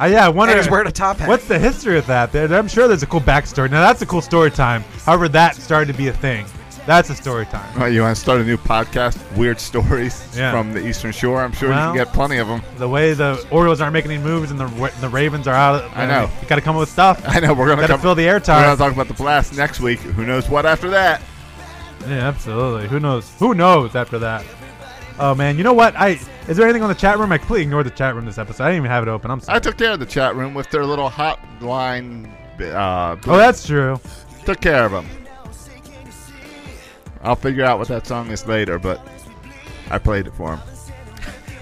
Speaker 3: Uh, yeah, I wonder.
Speaker 7: And he's wearing a top hat.
Speaker 3: What's the history of that? There, I'm sure there's a cool backstory. Now that's a cool story time. However, that started to be a thing. That's a story time.
Speaker 1: All right, you want to start a new podcast? Weird stories
Speaker 3: Yeah.
Speaker 1: from the Eastern Shore. I'm sure
Speaker 3: Well-
Speaker 1: you can get plenty of them.
Speaker 3: The way the Orioles aren't making any moves and the Ra- the Ravens are out. Of,
Speaker 1: I know.
Speaker 3: You got to come up with stuff.
Speaker 1: [LAUGHS] I know we're gonna
Speaker 3: Gotta
Speaker 1: come-
Speaker 3: fill the air
Speaker 1: We're
Speaker 3: time.
Speaker 1: gonna talk about the blast next week. Who knows what after that?
Speaker 3: Yeah, absolutely. Who knows? Who knows after that? Oh man, you know what? I is there anything on the chat room? I completely ignored the chat room this episode. I didn't even have it open. I'm sorry.
Speaker 1: I took care of the chat room with their little hotline. Uh,
Speaker 3: oh, that's true.
Speaker 1: took care of them. I'll figure out what that song is later, but I played it for him.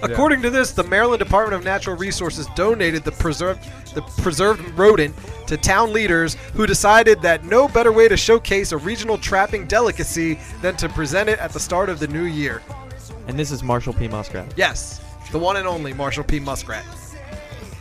Speaker 7: According to this, the Maryland Department of Natural Resources donated the preserved the preserved rodent to town leaders who decided that no better way to showcase a regional trapping delicacy than to present it at the start of the new year.
Speaker 6: And this is Marshall P. Muskrat.
Speaker 7: Yes, the one and only Marshall P. Muskrat.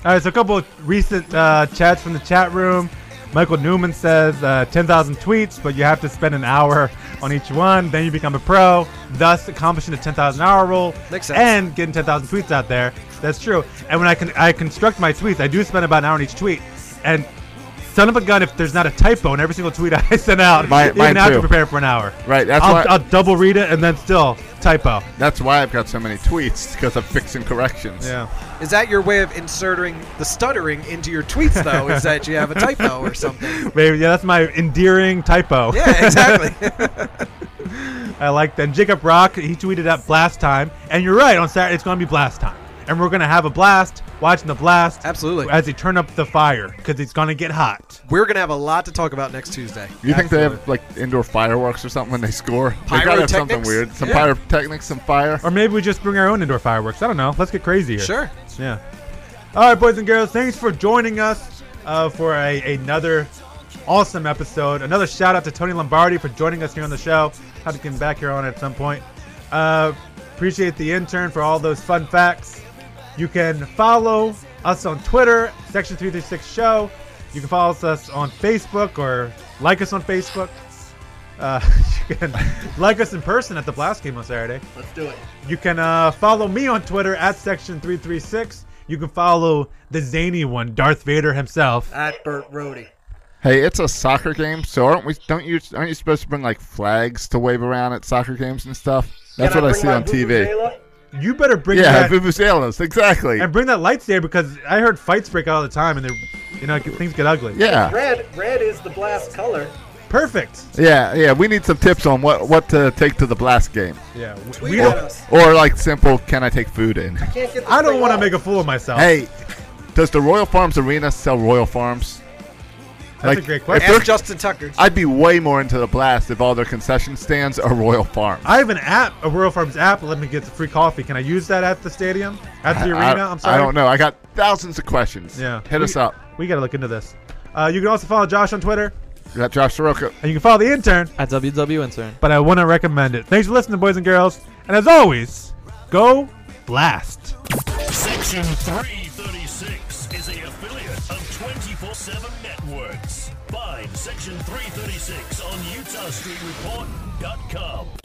Speaker 3: All right, so a couple of recent uh, chats from the chat room. Michael Newman says uh, 10,000 tweets, but you have to spend an hour on each one. Then you become a pro, thus accomplishing the 10,000 hour rule
Speaker 7: Makes sense.
Speaker 3: and getting 10,000 tweets out there. That's true. And when I, con- I construct my tweets, I do spend about an hour on each tweet. And son of a gun if there's not a typo in every single tweet [LAUGHS] I send out,
Speaker 1: My-
Speaker 3: even
Speaker 1: mine
Speaker 3: after
Speaker 1: too.
Speaker 3: preparing for an hour.
Speaker 1: Right, that's
Speaker 3: I'll,
Speaker 1: why-
Speaker 3: I'll double read it and then still typo.
Speaker 1: That's why I've got so many tweets because I'm fixing corrections.
Speaker 3: Yeah.
Speaker 7: Is that your way of inserting the stuttering into your tweets, though? is that you have a typo or something?
Speaker 3: Maybe yeah, that's my endearing typo.
Speaker 7: Yeah, exactly. [LAUGHS]
Speaker 3: I like that. And Jacob Rock, he tweeted at blast time, and you're right. On Saturday, it's going to be blast time, and we're going to have a blast watching the blast. Absolutely. As they turn up the fire, because it's going to get hot.
Speaker 7: We're gonna have a lot to talk about next Tuesday.
Speaker 1: You think they have like indoor fireworks or something when they score? They gotta have something
Speaker 7: Pyrotechnics?
Speaker 1: weird. Some
Speaker 7: Yeah.
Speaker 1: pyrotechnics, some fire.
Speaker 3: Or maybe we just bring our own indoor fireworks. I don't know. Let's get crazy here.
Speaker 7: Sure.
Speaker 3: Yeah. All right, boys and girls, thanks for joining us uh, for a, another awesome episode. Another shout out to Tony Lombardi for joining us here on the show. Have to get him back here on at some point. Uh, appreciate the intern for all those fun facts. You can follow us on Twitter, Section 336 Show. You can follow us on Facebook or like us on Facebook. Uh, [LAUGHS] you can like us in person at the Blast Game on Saturday.
Speaker 5: Let's do it.
Speaker 3: You can uh, follow me on Twitter at section336. You can follow the zany one, Darth Vader himself.
Speaker 5: At Burt Rohde.
Speaker 1: Hey, it's a soccer game, so aren't we? Don't you? Aren't you supposed to bring like flags to wave around at soccer games and stuff? That's
Speaker 3: Can
Speaker 1: what
Speaker 3: I
Speaker 1: I,
Speaker 3: bring
Speaker 1: see
Speaker 3: my
Speaker 1: on TV.
Speaker 3: You better bring
Speaker 1: yeah,
Speaker 3: that
Speaker 1: vuvuzelas, exactly.
Speaker 3: and bring that lightsaber because I heard fights break out all the time and they, you know, things get ugly.
Speaker 5: Red, red is the blast color.
Speaker 3: perfect.
Speaker 1: Yeah, yeah. We need some tips on what what to take to the blast game.
Speaker 3: Yeah,
Speaker 5: Tweet
Speaker 3: we
Speaker 5: at
Speaker 3: don't-
Speaker 5: us.
Speaker 1: Or like simple, can I take food in?
Speaker 5: Can't get this
Speaker 3: I don't
Speaker 5: thing
Speaker 3: want to
Speaker 5: up.
Speaker 3: make a fool of myself.
Speaker 1: Hey, does the Royal Farms Arena sell Royal Farms?
Speaker 3: That's a great question.
Speaker 1: if they're-
Speaker 7: Ask Justin Tucker.
Speaker 1: I'd be way more into the blast if all their concession stands are Royal Farms.
Speaker 3: I have an app, a Royal Farms app. Let me get the free coffee. Can I use that at the stadium? At the
Speaker 1: I-
Speaker 3: arena? I'm sorry.
Speaker 1: I don't know. I got thousands of questions.
Speaker 3: Yeah.
Speaker 1: Hit
Speaker 3: We-
Speaker 1: us up.
Speaker 3: We got to look into this. Uh, you can also follow Josh on Twitter
Speaker 1: We got Josh Soroka.
Speaker 3: and you can follow the intern.
Speaker 6: At WW Intern.
Speaker 3: but I wouldn't recommend it. Thanks for listening, boys and girls. And as always, go blast.
Speaker 13: Section 336 is a affiliate of 24-7 Networks. Find Section 336 on UtahStreetReport.com.